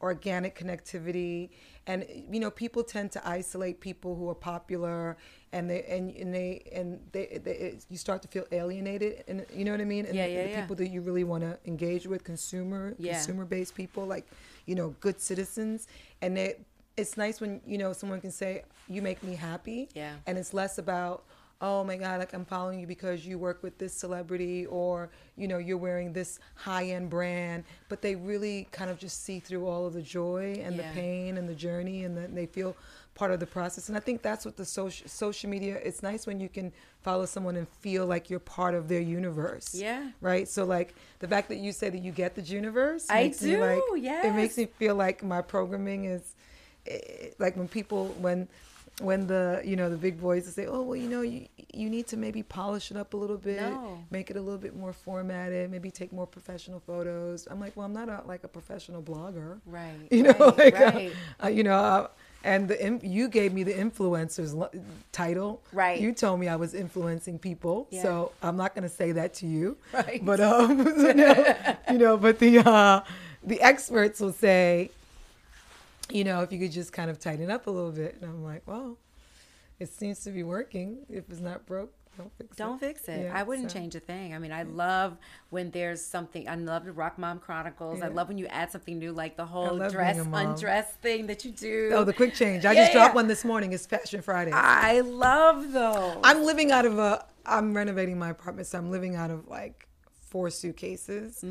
Speaker 2: organic connectivity, and you know, people tend to isolate people who are popular, and they and, and they and they, they it, you start to feel alienated, and you know what I mean. And
Speaker 1: Yeah,
Speaker 2: the,
Speaker 1: yeah,
Speaker 2: the
Speaker 1: yeah.
Speaker 2: people that you really want to engage with, consumer,
Speaker 1: Yeah.
Speaker 2: consumer-based people, like you know, good citizens, and they. It's nice when you know someone can say, "You make me happy,"
Speaker 1: Yeah.
Speaker 2: and it's less about oh my god like i'm following you because you work with this celebrity or you know you're wearing this high-end brand but they really kind of just see through all of the joy and
Speaker 1: Yeah.
Speaker 2: the pain and the journey and that they feel part of the process and i think that's what the social social media it's nice when you can follow someone and feel like you're part of their universe
Speaker 1: Yeah.
Speaker 2: right so like the fact that you say that you get the universe
Speaker 1: I
Speaker 2: makes me, like,
Speaker 1: do,
Speaker 2: it makes
Speaker 1: yes.
Speaker 2: me feel like my programming is eh, like when people when when the you know the big boys say oh well you know you you need to maybe polish it up a little bit
Speaker 1: No.
Speaker 2: make it a little bit more formatted maybe take more professional photos i'm like well i'm not a, like a professional blogger
Speaker 1: Right,
Speaker 2: you know
Speaker 1: right,
Speaker 2: like uh,
Speaker 1: right.
Speaker 2: uh, you know uh, and the in- you gave me the influencers lo- title
Speaker 1: Right.
Speaker 2: you told me i was influencing people
Speaker 1: Yeah.
Speaker 2: so i'm not going to say that to you
Speaker 1: Right.
Speaker 2: but um you, know, you know but the uh the experts will say you know, if you could just kind of tighten up a little bit. And I'm like, well, it seems to be working. If it's not broke, don't fix it.
Speaker 1: Don't fix it.
Speaker 2: Yeah,
Speaker 1: I wouldn't
Speaker 2: so-
Speaker 1: change a thing. I mean, I love when there's something. I love the Rock Mom Chronicles. I
Speaker 2: Yeah.
Speaker 1: love when you add something new, like the whole
Speaker 2: love being
Speaker 1: dress,
Speaker 2: a mom.
Speaker 1: undress thing that you do.
Speaker 2: Oh, the quick change. I
Speaker 1: Yeah,
Speaker 2: just dropped
Speaker 1: yeah.
Speaker 2: one this morning. It's Fashion Friday.
Speaker 1: I love those.
Speaker 2: I'm living out of a. I'm renovating my apartment, so I'm living out of like four suitcases,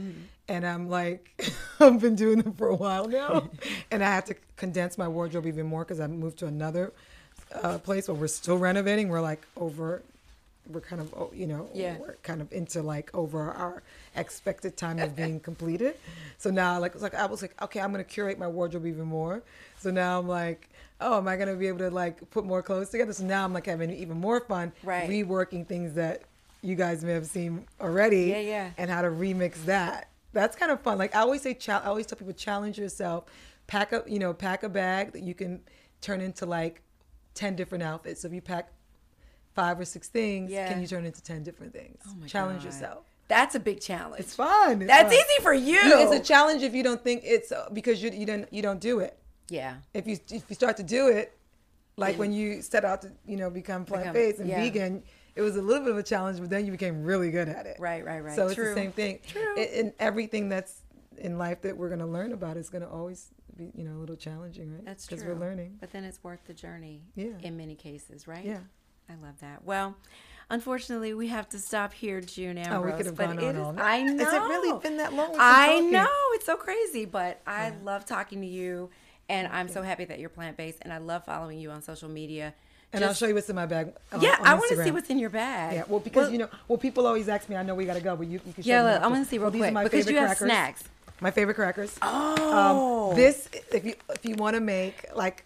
Speaker 2: and I'm like, I've been doing them for a while now, and I have to condense my wardrobe even more because I moved to another uh, place where we're still renovating. We're like over. We're kind of, oh, you know,
Speaker 1: Yeah.
Speaker 2: we're kind of into like over our expected time of being completed. So now, like, it's like I was like, okay, I'm gonna curate my wardrobe even more. So now I'm like, oh, am I gonna be able to like put more clothes together? So now I'm like having even more fun
Speaker 1: Right.
Speaker 2: reworking things that you guys may have seen already
Speaker 1: Yeah, yeah.
Speaker 2: and how to remix that that's kind of fun like i always say chal- i always tell people challenge yourself pack up you know pack a bag that you can turn into like 10 different outfits so if you pack five or six things
Speaker 1: Yeah.
Speaker 2: can you turn into 10 different things
Speaker 1: Oh my
Speaker 2: challenge
Speaker 1: God.
Speaker 2: yourself
Speaker 1: That's a big challenge.
Speaker 2: it's fun It's
Speaker 1: That's
Speaker 2: fun.
Speaker 1: easy for you.
Speaker 2: You- it's a challenge if you don't think it's uh, because you, you don't you don't do it
Speaker 1: yeah.
Speaker 2: if you if you start to do it, like when you set out to you know become plant based and
Speaker 1: yeah.
Speaker 2: vegan, it was a little bit of a challenge, but then you became really good at it.
Speaker 1: Right, right, right.
Speaker 2: So it's
Speaker 1: True.
Speaker 2: the same thing.
Speaker 1: True.
Speaker 2: And- and everything that's in life that we're going to learn about is going to always be you know a little challenging, right?
Speaker 1: That's true.
Speaker 2: Because we're learning.
Speaker 1: But then it's worth the journey
Speaker 2: Yeah.
Speaker 1: in many cases, right?
Speaker 2: Yeah.
Speaker 1: I love that. Well, unfortunately, we have to stop here, June Ambrose.
Speaker 2: could have
Speaker 1: but
Speaker 2: Oh, gone
Speaker 1: it
Speaker 2: on
Speaker 1: is-
Speaker 2: all night.
Speaker 1: I know.
Speaker 2: Has it really been that long we've been
Speaker 1: I
Speaker 2: talking?
Speaker 1: know. It's so crazy, but I love talking to you, and I'm so happy that you're plant based, and I love following you on social media.
Speaker 2: And I'll show you what's in my bag. on-
Speaker 1: yeah,
Speaker 2: on
Speaker 1: I want to
Speaker 2: Instagram.
Speaker 1: see what's in your bag.
Speaker 2: Yeah, well, because you know, well, people always ask me. I know we gotta go, but you, you can. Show
Speaker 1: Yeah,
Speaker 2: me
Speaker 1: look,
Speaker 2: after.
Speaker 1: I wanna see real
Speaker 2: Well, these are
Speaker 1: quick,
Speaker 2: my
Speaker 1: because
Speaker 2: favorite
Speaker 1: you have
Speaker 2: crackers.
Speaker 1: snacks.
Speaker 2: My favorite crackers.
Speaker 1: Oh.
Speaker 2: um, this if you if you want to make like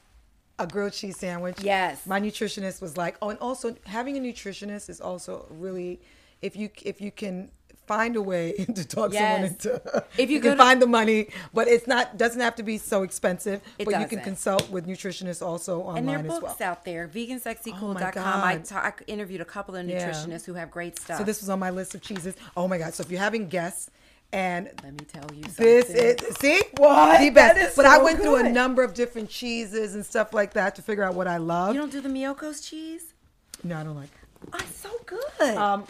Speaker 2: a grilled cheese sandwich.
Speaker 1: Yes.
Speaker 2: my nutritionist was like, oh, and also having a nutritionist is also really, if you if you can find a way to talk someone
Speaker 1: Yes.
Speaker 2: into
Speaker 1: If you
Speaker 2: can
Speaker 1: go to-
Speaker 2: find the money but it's not doesn't have to be so expensive
Speaker 1: It
Speaker 2: but you can
Speaker 1: doesn't.
Speaker 2: consult with nutritionists also online
Speaker 1: And there are
Speaker 2: as well Oh
Speaker 1: books out there, vegansexycool.com. I,
Speaker 2: God.
Speaker 1: talk, I interviewed a couple of
Speaker 2: Yeah.
Speaker 1: nutritionists who have great stuff.
Speaker 2: So this was on my list of cheeses. Oh my god! So if you're having guests, and
Speaker 1: Let me tell you something.
Speaker 2: this is see
Speaker 1: What?
Speaker 2: the best.
Speaker 1: That is
Speaker 2: but I
Speaker 1: so
Speaker 2: went through a
Speaker 1: good.
Speaker 2: number of different cheeses and stuff like that to figure out what I love.
Speaker 1: You don't do the Miyoko's cheese? Ah,
Speaker 2: no, I don't like. it.
Speaker 1: Oh, it's so good.
Speaker 2: Um,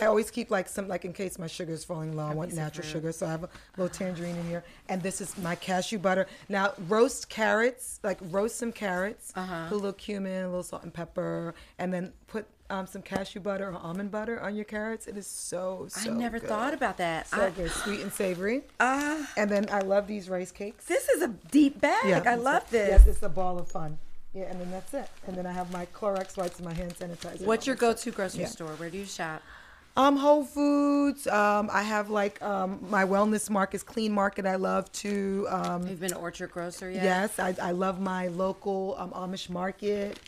Speaker 2: I always keep like some like in case my sugar is falling low. I want natural sugar, so I have a little tangerine in here. And this is my cashew butter. Now roast carrots, like roast some carrots,
Speaker 1: Uh-huh.
Speaker 2: put a little cumin, a little salt and pepper, and then put um, some cashew butter or almond butter on your carrots. It is so
Speaker 1: I
Speaker 2: so.
Speaker 1: never
Speaker 2: good.
Speaker 1: thought about that.
Speaker 2: So
Speaker 1: I-
Speaker 2: good, sweet and savory.
Speaker 1: Ah.
Speaker 2: and then I love these rice cakes.
Speaker 1: this is a deep bag. I
Speaker 2: it's a-
Speaker 1: love this.
Speaker 2: Yes, it's a ball of fun. Yeah, and then that's it. And then I have my Clorox wipes and my hand sanitizer. and
Speaker 1: What's
Speaker 2: all
Speaker 1: your
Speaker 2: that
Speaker 1: go
Speaker 2: stuff.
Speaker 1: to grocery
Speaker 2: Yeah.
Speaker 1: store? Where do you shop?
Speaker 2: Um, Whole Foods. Um, I have like um, my wellness markets, Clean Market. I love to. Um,
Speaker 1: You've been to Orchard Grocer yet?
Speaker 2: Yes, I, I love my local um, Amish market.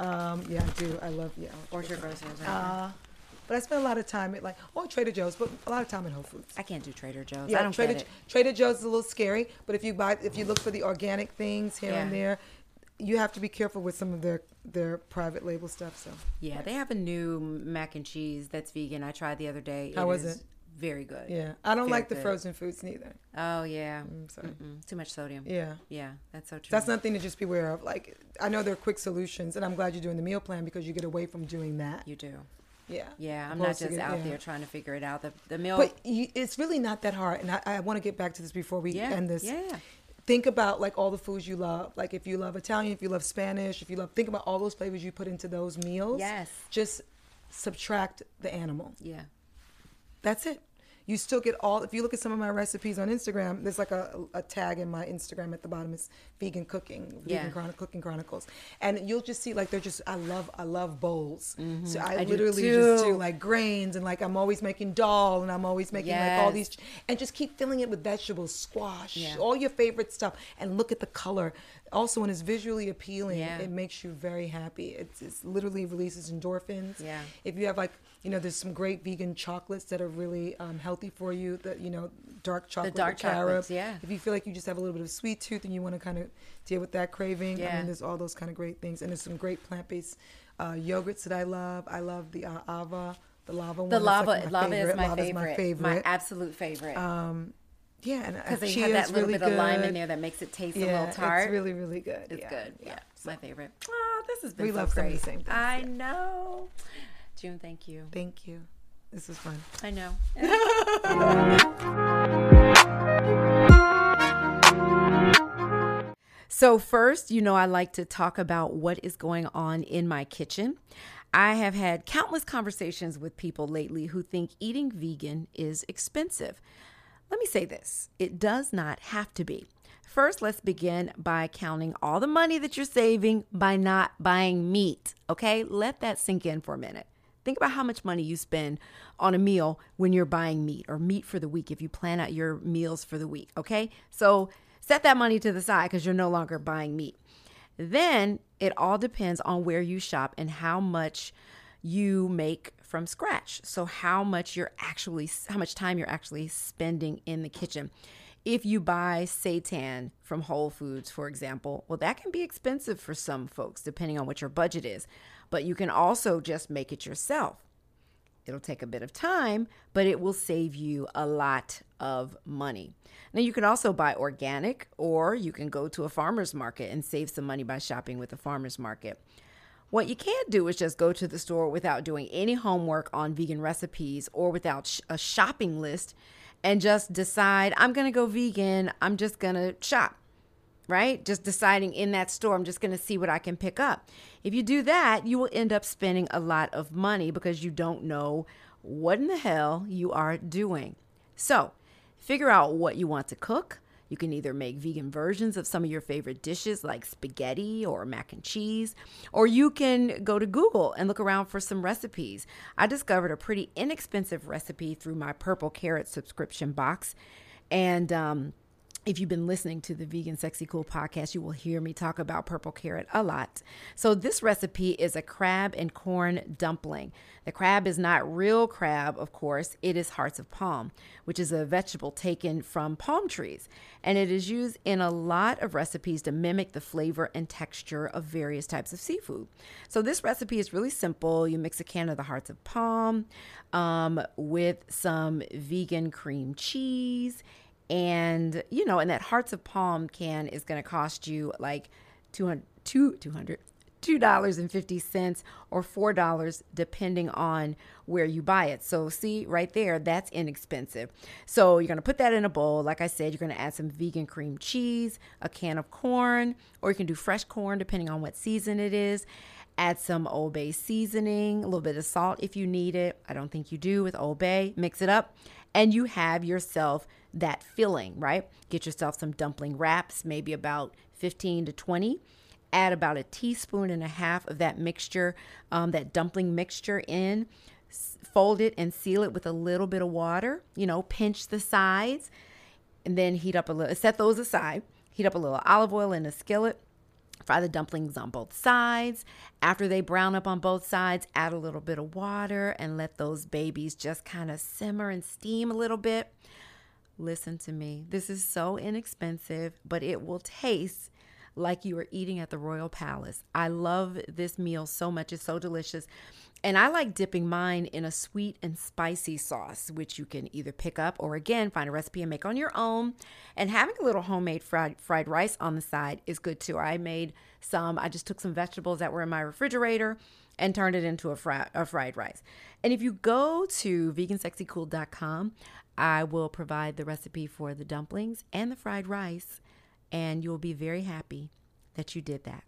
Speaker 2: Um, yeah, I do. I love yeah.
Speaker 1: Orchard Grocer is right there.
Speaker 2: Uh, but I spend a lot of time at like or Trader Joe's, but a lot of time at Whole Foods.
Speaker 1: I can't do Trader Joe's.
Speaker 2: Yeah,
Speaker 1: I don't
Speaker 2: Trader
Speaker 1: get it.
Speaker 2: Trader Joe's is a little scary, but if you buy if you look for the organic things here and
Speaker 1: Yeah.
Speaker 2: there, you have to be careful with some of their their private label stuff. So
Speaker 1: Yeah, they have a new mac and cheese that's vegan. I tried the other day.
Speaker 2: How was
Speaker 1: is
Speaker 2: it?
Speaker 1: Very good.
Speaker 2: yeah, I don't
Speaker 1: Very
Speaker 2: like the
Speaker 1: good.
Speaker 2: frozen foods neither.
Speaker 1: Oh yeah.
Speaker 2: I'm sorry.
Speaker 1: Mm, Too much sodium.
Speaker 2: Yeah.
Speaker 1: Yeah, that's so true.
Speaker 2: That's nothing to just beware of. Like, I know there are quick solutions, and I'm glad you're doing the meal plan because you get away from doing that.
Speaker 1: you do.
Speaker 2: Yeah.
Speaker 1: Yeah, I'm not
Speaker 2: Opposed to
Speaker 1: just
Speaker 2: get-
Speaker 1: out
Speaker 2: yeah.
Speaker 1: there trying to figure it out. The the milk.
Speaker 2: But you, it's really not that hard. And I, I want to get back to this before we
Speaker 1: yeah.
Speaker 2: end this.
Speaker 1: Yeah.
Speaker 2: Think about like all the foods you love. Like if you love Italian, if you love Spanish, if you love, think about all those flavors you put into those meals.
Speaker 1: Yes.
Speaker 2: Just subtract the animal.
Speaker 1: Yeah.
Speaker 2: That's it. You still get all. If you look at some of my recipes on Instagram, there's like a, a tag in my Instagram at the bottom is vegan cooking, vegan
Speaker 1: Yeah.
Speaker 2: chron- cooking chronicles, and you'll just see like they're just. I love I love bowls, so I,
Speaker 1: Mm-hmm. I do
Speaker 2: literally just
Speaker 1: too.
Speaker 2: do like grains and like I'm always making dal and I'm always making like all
Speaker 1: Yes.
Speaker 2: these and just keep filling it with vegetables, squash,
Speaker 1: Yeah.
Speaker 2: all your favorite stuff, and look at the color. Also, when it's visually appealing,
Speaker 1: Yeah.
Speaker 2: it makes you very happy. It's, it's literally releases endorphins.
Speaker 1: Yeah.
Speaker 2: If you have like, you know, there's some great vegan chocolates that are really um, healthy for you. That you know, dark chocolate,
Speaker 1: dark
Speaker 2: with carob.
Speaker 1: chocolates, yeah.
Speaker 2: If you feel like you just have a little bit of sweet tooth and you want to kind of deal with that craving, I
Speaker 1: Yeah.
Speaker 2: mean, there's all those kind of great things. And there's some great plant-based uh, yogurts that I love. I love the uh, Ava, the lava one.
Speaker 1: The
Speaker 2: That's,
Speaker 1: lava,
Speaker 2: like,
Speaker 1: lava is my
Speaker 2: Lava
Speaker 1: favorite. Uh,
Speaker 2: my
Speaker 1: my
Speaker 2: favorite.
Speaker 1: absolute favorite.
Speaker 2: yeah, and uh,
Speaker 1: Because they
Speaker 2: chia
Speaker 1: have that
Speaker 2: is
Speaker 1: little
Speaker 2: really
Speaker 1: bit of lime in
Speaker 2: good.
Speaker 1: there that makes it taste
Speaker 2: Yeah,
Speaker 1: a little tart.
Speaker 2: it's really really good.
Speaker 1: It's
Speaker 2: yeah,
Speaker 1: good. Yeah,
Speaker 2: yeah.
Speaker 1: it's my favorite. Oh, this has been
Speaker 2: We
Speaker 1: so
Speaker 2: love some of
Speaker 1: great.
Speaker 2: the same things,
Speaker 1: I
Speaker 2: yeah.
Speaker 1: know. June, thank you.
Speaker 2: Thank you. This is fun.
Speaker 1: I know. So, first, you know, I like to talk about what is going on in my kitchen. I have had countless conversations with people lately who think eating vegan is expensive. Let me say this it does not have to be. First, let's begin by counting all the money that you're saving by not buying meat. Okay, let that sink in for a minute. Think about how much money you spend on a meal when you're buying meat or meat for the week if you plan out your meals for the week. Okay, so set that money to the side because you're no longer buying meat. Then it all depends on where you shop and how much you make from scratch. So how much you're actually how much time you're actually spending in the kitchen. If you buy seitan from Whole Foods, for example, well that can be expensive for some folks depending on what your budget is. But you can also just make it yourself. It'll take a bit of time, but it will save you a lot of money. Now, you can also buy organic, or you can go to a farmer's market and save some money by shopping with a farmer's market. What you can't do is just go to the store without doing any homework on vegan recipes or without sh- a shopping list and just decide, I'm going to go vegan, I'm just going to shop right? Just deciding in that store, I'm just going to see what I can pick up. If you do that, you will end up spending a lot of money because you don't know what in the hell you are doing. So, figure out what you want to cook. You can either make vegan versions of some of your favorite dishes like spaghetti or mac and cheese, or you can go to Google and look around for some recipes. I discovered a pretty inexpensive recipe through my Purple Carrot subscription box. And um, if you've been listening to the Vegan Sexy Cool podcast, you will hear me talk about purple carrot a lot. So, this recipe is a crab and corn dumpling. The crab is not real crab, of course, it is hearts of palm, which is a vegetable taken from palm trees. And it is used in a lot of recipes to mimic the flavor and texture of various types of seafood. So, this recipe is really simple. You mix a can of the hearts of palm um, with some vegan cream cheese and you know and that hearts of palm can is going to cost you like 200 two- 200 $2.50 or $4 depending on where you buy it. So see right there, that's inexpensive. So you're going to put that in a bowl. Like I said, you're going to add some vegan cream cheese, a can of corn, or you can do fresh corn depending on what season it is. Add some Old Bay seasoning, a little bit of salt if you need it. I don't think you do with Old Bay. Mix it up and you have yourself that filling, right? Get yourself some dumpling wraps, maybe about 15 to 20 add about a teaspoon and a half of that mixture, um, that dumpling mixture in, S- fold it and seal it with a little bit of water, you know, pinch the sides, and then heat up a little, set those aside, heat up a little olive oil in a skillet. Fry the dumplings on both sides. After they brown up on both sides, add a little bit of water and let those babies just kind of simmer and steam a little bit. Listen to me. This is so inexpensive, but it will taste like you are eating at the Royal Palace. I love this meal so much. It's so delicious. And I like dipping mine in a sweet and spicy sauce, which you can either pick up or again find a recipe and make on your own. And having a little homemade fried, fried rice on the side is good too. I made some, I just took some vegetables that were in my refrigerator and turned it into a, fri- a fried rice. And if you go to vegansexycool.com, I will provide the recipe for the dumplings and the fried rice and you'll be very happy that you did that.